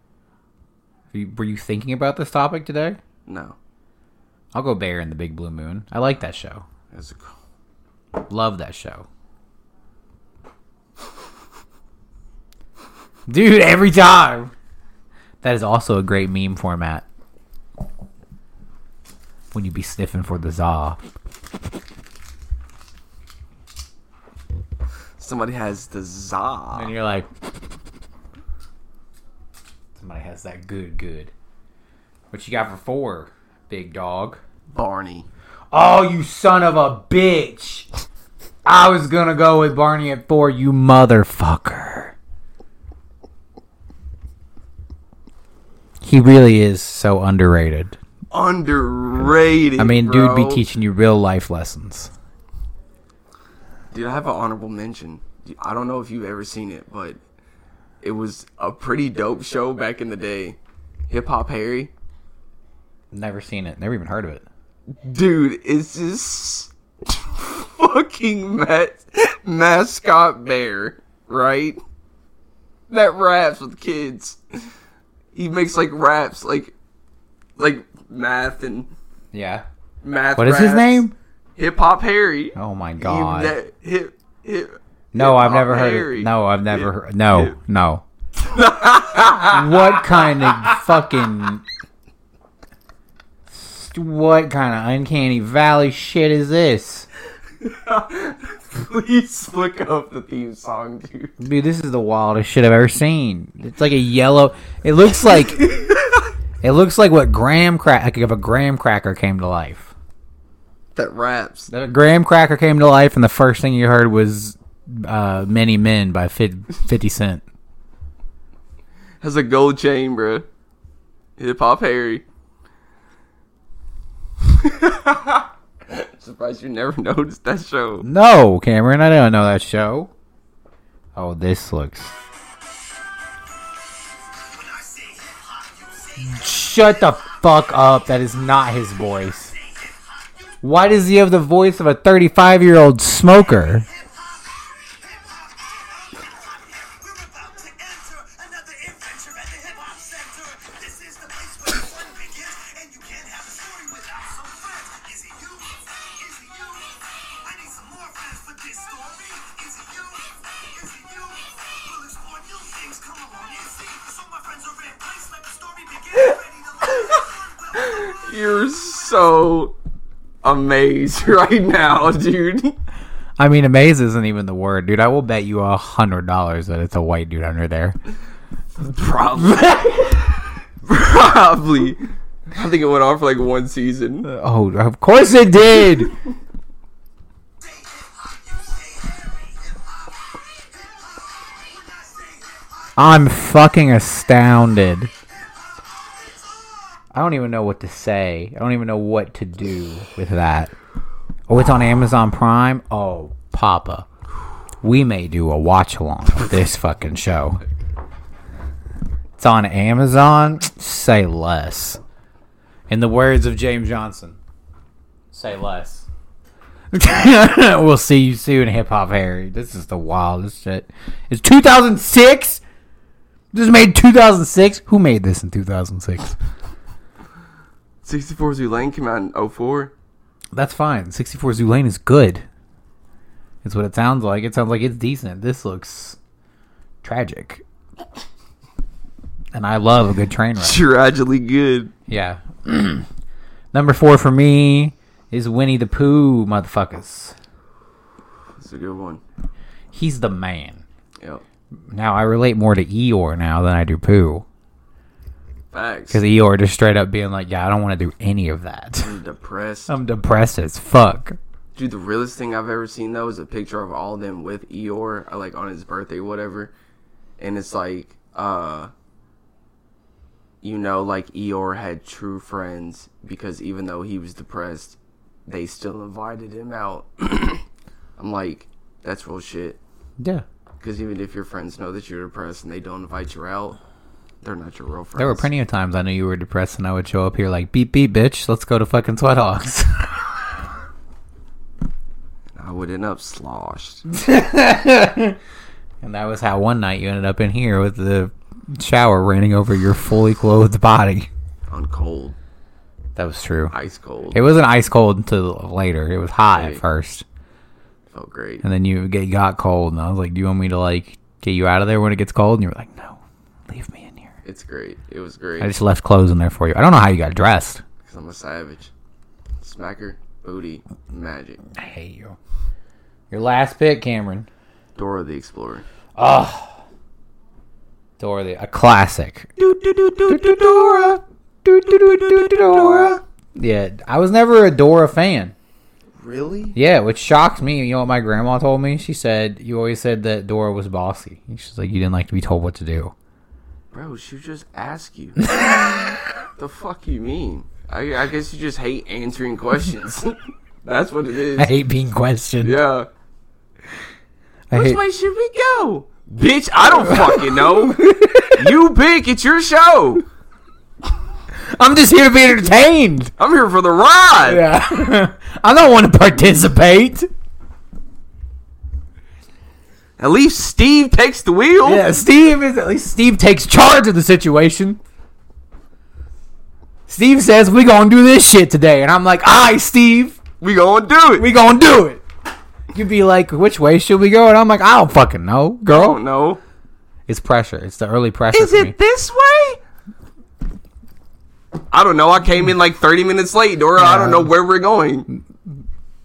Speaker 1: Were you, were you thinking about this topic today?
Speaker 2: No.
Speaker 1: I'll go Bear in the Big Blue Moon. I like that show.
Speaker 2: That's a cool.
Speaker 1: Love that show. Dude, every time. That is also a great meme format. When you be sniffing for the za.
Speaker 2: Somebody has the za.
Speaker 1: And you're like Somebody has that good good. What you got for four, big dog?
Speaker 2: Barney.
Speaker 1: Oh, you son of a bitch. I was gonna go with Barney at four, you motherfucker. He really is so underrated.
Speaker 2: Underrated.
Speaker 1: I mean,
Speaker 2: bro.
Speaker 1: dude be teaching you real life lessons.
Speaker 2: Dude, I have an honorable mention. Dude, I don't know if you've ever seen it, but it was a pretty dope show back in the day. Hip Hop Harry.
Speaker 1: Never seen it, never even heard of it.
Speaker 2: Dude, it's just fucking ma- mascot bear, right? That raps with kids. He makes like raps, like like math and
Speaker 1: Yeah.
Speaker 2: math.
Speaker 1: What is his
Speaker 2: raps.
Speaker 1: name?
Speaker 2: Hip Hop Harry.
Speaker 1: Oh my
Speaker 2: You
Speaker 1: god.
Speaker 2: ne- hip, hip,
Speaker 1: no, I've
Speaker 2: Hip-Hop
Speaker 1: never heard
Speaker 2: Harry.
Speaker 1: it. No, I've never heard No, no. what kind of fucking what kind of uncanny valley shit is this?
Speaker 2: Please look up the theme song, dude.
Speaker 1: Dude, this is the wildest shit I've ever seen. It's like a yellow. It looks like it looks like what graham crack like if a graham cracker came to life.
Speaker 2: That raps.
Speaker 1: The graham cracker came to life, and the first thing you heard was uh, "Many Men" by Fif- Fifty Cent.
Speaker 2: Has a gold chain, bruh. Hip Hop Harry. Surprised you never noticed that show.
Speaker 1: No, Cameron, I don't know that show. Oh, this looks. Shut the fuck up. That is not his voice. Why does he have the voice of a 35 year old smoker?
Speaker 2: You're so amazed right now, dude.
Speaker 1: I mean, amaze isn't even the word, dude. I will bet you a hundred dollars that it's a white dude under there.
Speaker 2: Probably. Probably. I think it went on for like one season.
Speaker 1: Oh, of course it did. I'm fucking astounded. I don't even know what to say. I don't even know what to do with that. Oh, it's on Amazon Prime. Oh, Papa. We may do a watch along of this fucking show. It's on Amazon. Say less. In the words of James Johnson, say less. we'll see you soon, Hip Hop Harry. This is the wildest shit. It's 2006? This is made 2006? Who made this in 2006?
Speaker 2: 64 Zulane came out in 04.
Speaker 1: That's fine. 64 Zulane is good. It's what it sounds like. It sounds like it's decent. This looks tragic. And I love a good train wreck.
Speaker 2: Tragically good.
Speaker 1: Yeah. Number four for me is Winnie the Pooh, motherfuckers.
Speaker 2: That's a good one.
Speaker 1: He's the man.
Speaker 2: Yep.
Speaker 1: Now I relate more to Eeyore now than I do Pooh.
Speaker 2: Facts.
Speaker 1: Because Eeyore just straight up being like, yeah, I don't want to do any of that.
Speaker 2: I'm depressed.
Speaker 1: I'm depressed as fuck.
Speaker 2: Dude, the realest thing I've ever seen though is a picture of all them with Eeyore, uh, like on his birthday, whatever. And it's like, uh, you know, like Eeyore had true friends because even though he was depressed, they still invited him out. I'm like, that's real shit.
Speaker 1: Yeah.
Speaker 2: Because even if your friends know that you're depressed and they don't invite you out, they're not your real friends.
Speaker 1: There were plenty of times I knew you were depressed and I would show up here like, beep, beep, bitch, let's go to fucking Sweat Hogs.
Speaker 2: I would end up sloshed.
Speaker 1: and that was how one night you ended up in here with the shower raining over your fully clothed body.
Speaker 2: on cold.
Speaker 1: That was true.
Speaker 2: Ice cold.
Speaker 1: It wasn't ice cold until later. It was hot at
Speaker 2: Right.
Speaker 1: first.
Speaker 2: felt great.
Speaker 1: And then you get got cold and I was like, Do you want me to like get you out of there when it gets cold? And you were like, No, leave me in here.
Speaker 2: It's great. It was great.
Speaker 1: I just left clothes in there for you. I don't know how you got dressed.
Speaker 2: Cause I'm a savage. Smacker, booty, magic.
Speaker 1: I hate you. Your last pick, Cameron.
Speaker 2: Dora the Explorer.
Speaker 1: Dora the a classic. Yeah, I was never a Dora fan.
Speaker 2: Really?
Speaker 1: Yeah, which shocked me. You know what my grandma told me? She said you always said that Dora was bossy. She's like you didn't like to be told what to do.
Speaker 2: Bro, she just asked you. the fuck you mean? I, I guess you just hate answering questions. That's what it
Speaker 1: I
Speaker 2: is.
Speaker 1: hate being questioned.
Speaker 2: Yeah.
Speaker 1: I
Speaker 2: Which
Speaker 1: hate,
Speaker 2: way should we go? Bitch, I don't fucking know. you pick. It's your show.
Speaker 1: I'm just here to be entertained.
Speaker 2: I'm here for the ride.
Speaker 1: Yeah. I don't want to participate.
Speaker 2: At least Steve takes the wheel.
Speaker 1: Yeah, Steve is at least Steve takes charge of the situation. Steve says we gonna do this shit today, and I'm like, aye, Steve,
Speaker 2: We gonna do it.
Speaker 1: we gonna do it. You'd be like, which way should we go? And I'm like, I don't fucking know,
Speaker 2: don't
Speaker 1: girl.
Speaker 2: know.
Speaker 1: It's pressure. It's the early pressure.
Speaker 2: Is
Speaker 1: for
Speaker 2: it
Speaker 1: me.
Speaker 2: this way? I don't know. I came in like 30 minutes late, Dora. I don't know where we're going.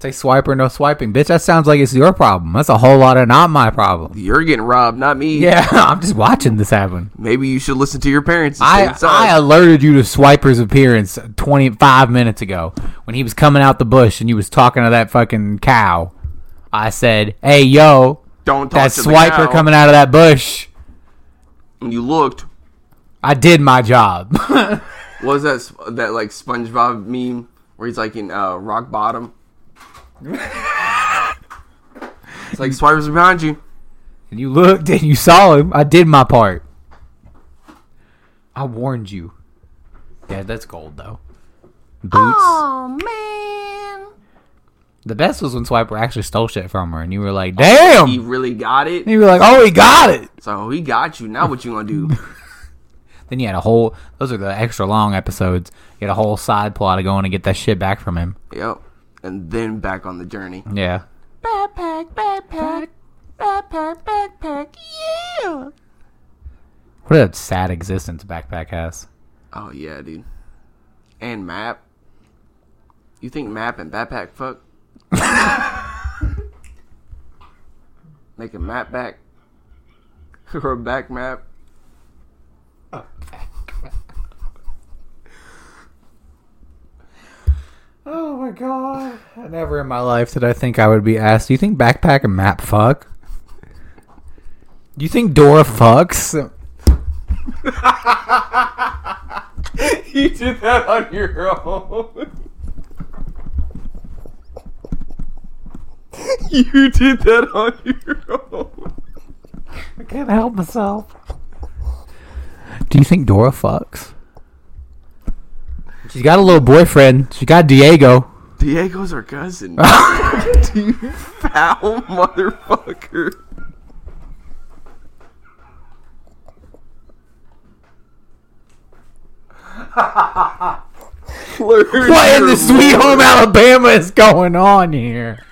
Speaker 1: Say swipe or no swiping, bitch. That sounds like it's your problem. That's a whole lot of not my problem.
Speaker 2: You're getting robbed, not me.
Speaker 1: Yeah, I'm just watching this happen.
Speaker 2: Maybe you should listen to your parents.
Speaker 1: I, I alerted you to Swiper's appearance 25 minutes ago when he was coming out the bush and you was talking to that fucking cow. I said, "Hey, yo,
Speaker 2: don't
Speaker 1: that
Speaker 2: talk to
Speaker 1: Swiper coming out of that bush."
Speaker 2: And you looked.
Speaker 1: I did my job.
Speaker 2: What was that sp- that like SpongeBob meme where he's like in uh, rock bottom? it's like swipers behind you.
Speaker 1: and you looked and you saw him. I did my part. I warned you. Yeah, that's gold though. Boots.
Speaker 2: Man,
Speaker 1: The best was when Swiper actually stole shit from her, and you were like, "Damn!"
Speaker 2: Oh, he
Speaker 1: And
Speaker 2: really got it.
Speaker 1: you were like, "Oh, he got it."
Speaker 2: So he got you. Now what you gonna do?
Speaker 1: Then you had a whole. Those are the extra long episodes. You had a whole side plot of going to get that shit back from him.
Speaker 2: yep. And then back on the journey.
Speaker 1: Yeah.
Speaker 2: Backpack, backpack, backpack, backpack, yeah.
Speaker 1: What a sad existence backpack has.
Speaker 2: Oh yeah, dude. And map. You think Map and Backpack fuck? Make a map back. or a back map.
Speaker 1: Oh my god! Never in my life did I think I would be asked. Do you think backpack and map fuck? Do you think Dora fucks?
Speaker 2: you did that on your own. you did that on your own.
Speaker 1: I can't help myself. Do you think Dora fucks? She's got a little boyfriend. She got Diego.
Speaker 2: Diego's her cousin. you foul motherfucker.
Speaker 1: What in the sweet home Alabama is going on here?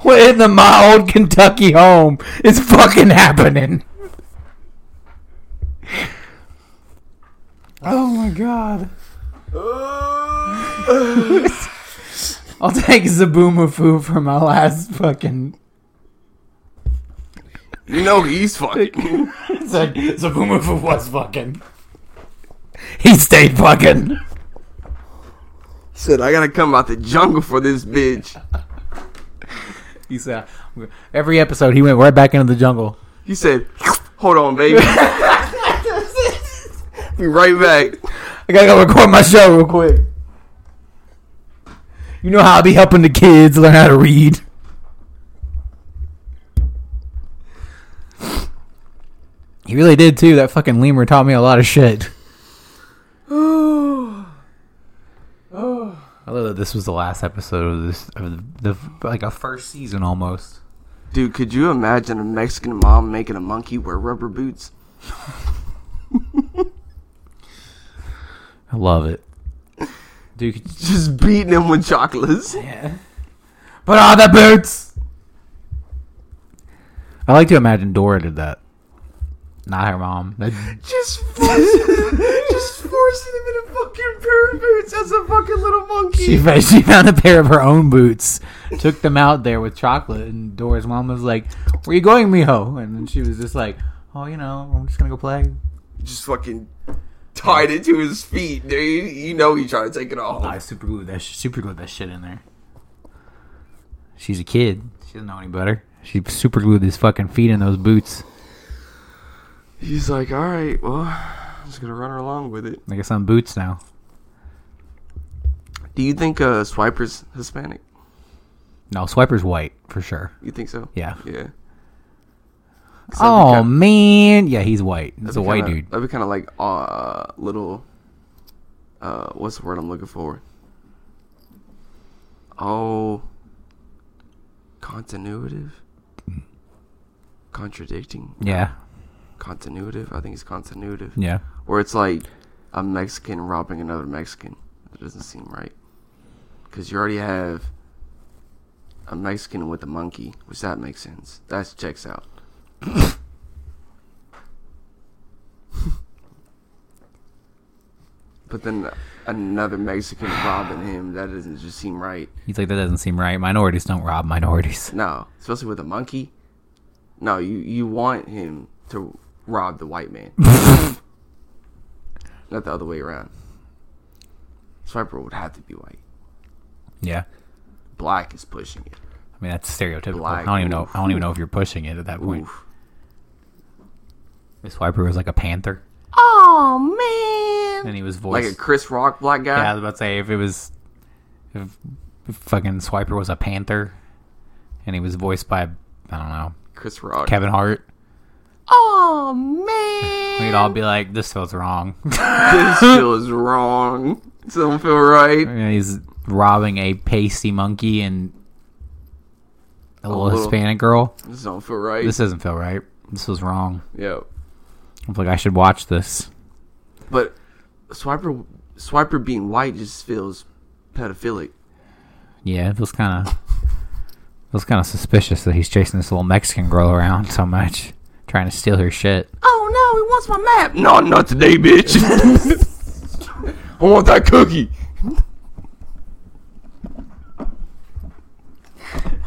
Speaker 1: what in the my old Kentucky home is fucking happening? Oh my god. I'll take Zaboomafoo for my last fucking.
Speaker 2: You know he's fucking.
Speaker 1: It's like Zaboomafoo was fucking. He stayed fucking.
Speaker 2: Said I gotta come out the jungle for this bitch.
Speaker 1: He said, every episode he went right back into the jungle.
Speaker 2: He said, "Hold on, baby." Be right back.
Speaker 1: I gotta go record my show real quick. You know how I be helping the kids learn how to read. He really did too. That fucking lemur taught me a lot of shit. I love that this was the last episode of this, of the, the like a first season almost.
Speaker 2: Dude, could you imagine a Mexican mom making a monkey wear rubber boots?
Speaker 1: I love it, dude.
Speaker 2: Just beating him with chocolates.
Speaker 1: Put on the boots. I like to imagine Dora did that, not her mom. That-
Speaker 2: Just forcing him, just forcing him in a fucking pair of boots as a fucking little monkey.
Speaker 1: She, fa- she found a pair of her own boots, took them out there with chocolate, and Dora's mom was like, "Where you going, mijo?" And then she was just like, "Oh, you know, I'm just gonna go play."
Speaker 2: just fucking tied it to his feet, dude. You know he tried to take it off.
Speaker 1: I super glued that sh- super glued that shit in there. She's a kid. She doesn't know any better. She super glued his fucking feet in those boots.
Speaker 2: He's like, all right, well, I'm just gonna run her along with it.
Speaker 1: I guess I'm boots now.
Speaker 2: Do you think uh, Swiper's Hispanic?
Speaker 1: No, Swiper's white for sure.
Speaker 2: You think so?
Speaker 1: Yeah.
Speaker 2: Yeah.
Speaker 1: Oh man, yeah, he's white. He's a
Speaker 2: That'd be
Speaker 1: white
Speaker 2: kinda-
Speaker 1: dude.
Speaker 2: That'd be kind of like uh little. Uh, what's the word I'm looking for? Oh, continuative,
Speaker 1: Hmm.
Speaker 2: contradicting,
Speaker 1: Yeah,
Speaker 2: continuative. I think it's continuative.
Speaker 1: yeah.
Speaker 2: Where it's like a Mexican robbing another Mexican. That doesn't seem right. Because you already have a Mexican with a monkey, which that makes sense. That checks out. but then another Mexican robbing him, that doesn't just seem right.
Speaker 1: He's like that doesn't seem right. Minorities don't rob minorities.
Speaker 2: No, especially with a monkey. No, you you want him to rob the white man, not the other way around. Swiper would have to be white.
Speaker 1: Yeah.
Speaker 2: Black is pushing it.
Speaker 1: I mean that's stereotypical.
Speaker 2: Black.
Speaker 1: I don't even know. I don't even know if you're pushing it at that point.
Speaker 2: Oof.
Speaker 1: Miss Wiper was like a panther,
Speaker 2: Oh man!
Speaker 1: and he was voiced.
Speaker 2: Like a Chris Rock black guy.
Speaker 1: yeah, I was about to say if it was, if, if fucking Swiper was a panther, and he was voiced by I don't know
Speaker 2: Chris Rock.
Speaker 1: Kevin Hart,
Speaker 2: Oh man!
Speaker 1: we'd all be like, this feels wrong.
Speaker 2: this feels wrong. This don't feel right.
Speaker 1: And he's robbing a pasty monkey and a little,
Speaker 2: little-
Speaker 1: Hispanic girl.
Speaker 2: This don't feel right.
Speaker 1: This doesn't feel right. This was wrong.
Speaker 2: yep.
Speaker 1: I'm like I should watch this.
Speaker 2: But Swiper, Swiper being white just feels pedophilic.
Speaker 1: Yeah, it feels kind of feels kind of suspicious that he's chasing this little Mexican girl around so much, trying to steal her shit.
Speaker 2: Oh no, he wants my map. No, not today, bitch. I want that cookie.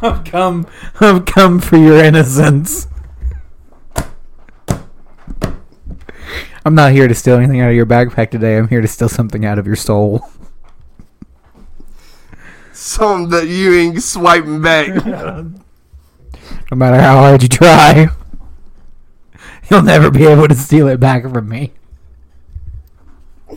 Speaker 1: I've come, I've come for your innocence. I'm not here to steal anything out of your backpack today. I'm here to steal something out of your soul.
Speaker 2: Something that you ain't swiping back.
Speaker 1: No matter how hard you try, you'll never be able to steal it back from me.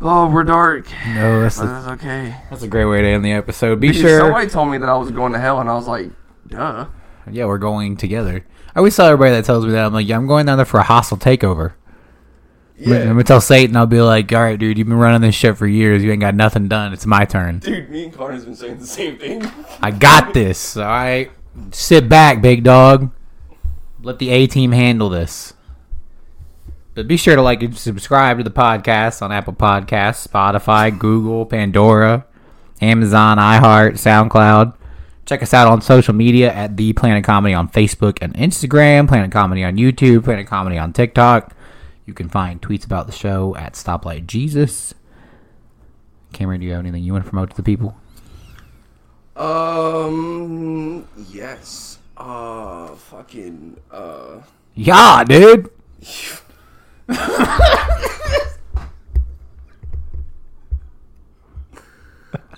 Speaker 2: oh, we're dark.
Speaker 1: No, that's a,
Speaker 2: That's okay.
Speaker 1: that's a great way to end the episode. Be
Speaker 2: Dude,
Speaker 1: sure.
Speaker 2: Somebody told me that I was going to hell, and I was like, duh.
Speaker 1: Yeah, we're going together. I always tell everybody that tells me that I'm like, yeah, I'm going down there for a hostile takeover. I'm gonna tell Satan, I'll be like, all right, dude, you've been running this shit for years. You ain't got nothing done. It's my turn.
Speaker 2: Dude, me and Connor's been saying the same thing.
Speaker 1: I got this. All right, sit back, big dog. Let the A team handle this. But be sure to like and subscribe to the podcast on Apple Podcasts, Spotify, Google, Pandora, Amazon, iHeart, SoundCloud. Check us out on social media at the Planet Comedy on Facebook and Instagram, Planet Comedy on YouTube, Planet Comedy on TikTok. You can find tweets about the show at Stoplight Jesus. Cameron, do you have anything you want to promote to the people?
Speaker 2: Um, yes. Uh, fucking, uh.
Speaker 1: Yeah, dude.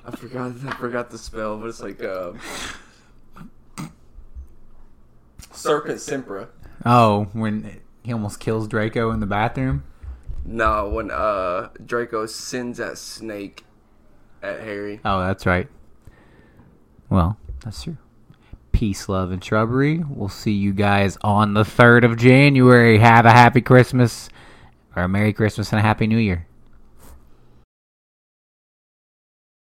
Speaker 2: I forgot, I forgot the spell, but it's like, uh. Serpent Simpra.
Speaker 1: Oh, when he almost kills Draco in the bathroom.
Speaker 2: No, when, uh, Draco sends that snake at Harry.
Speaker 1: Oh, that's right. Well, that's true. Peace, love, and shrubbery. We'll see you guys on the 3rd of January. Have a happy Christmas, or a Merry Christmas and a Happy New Year.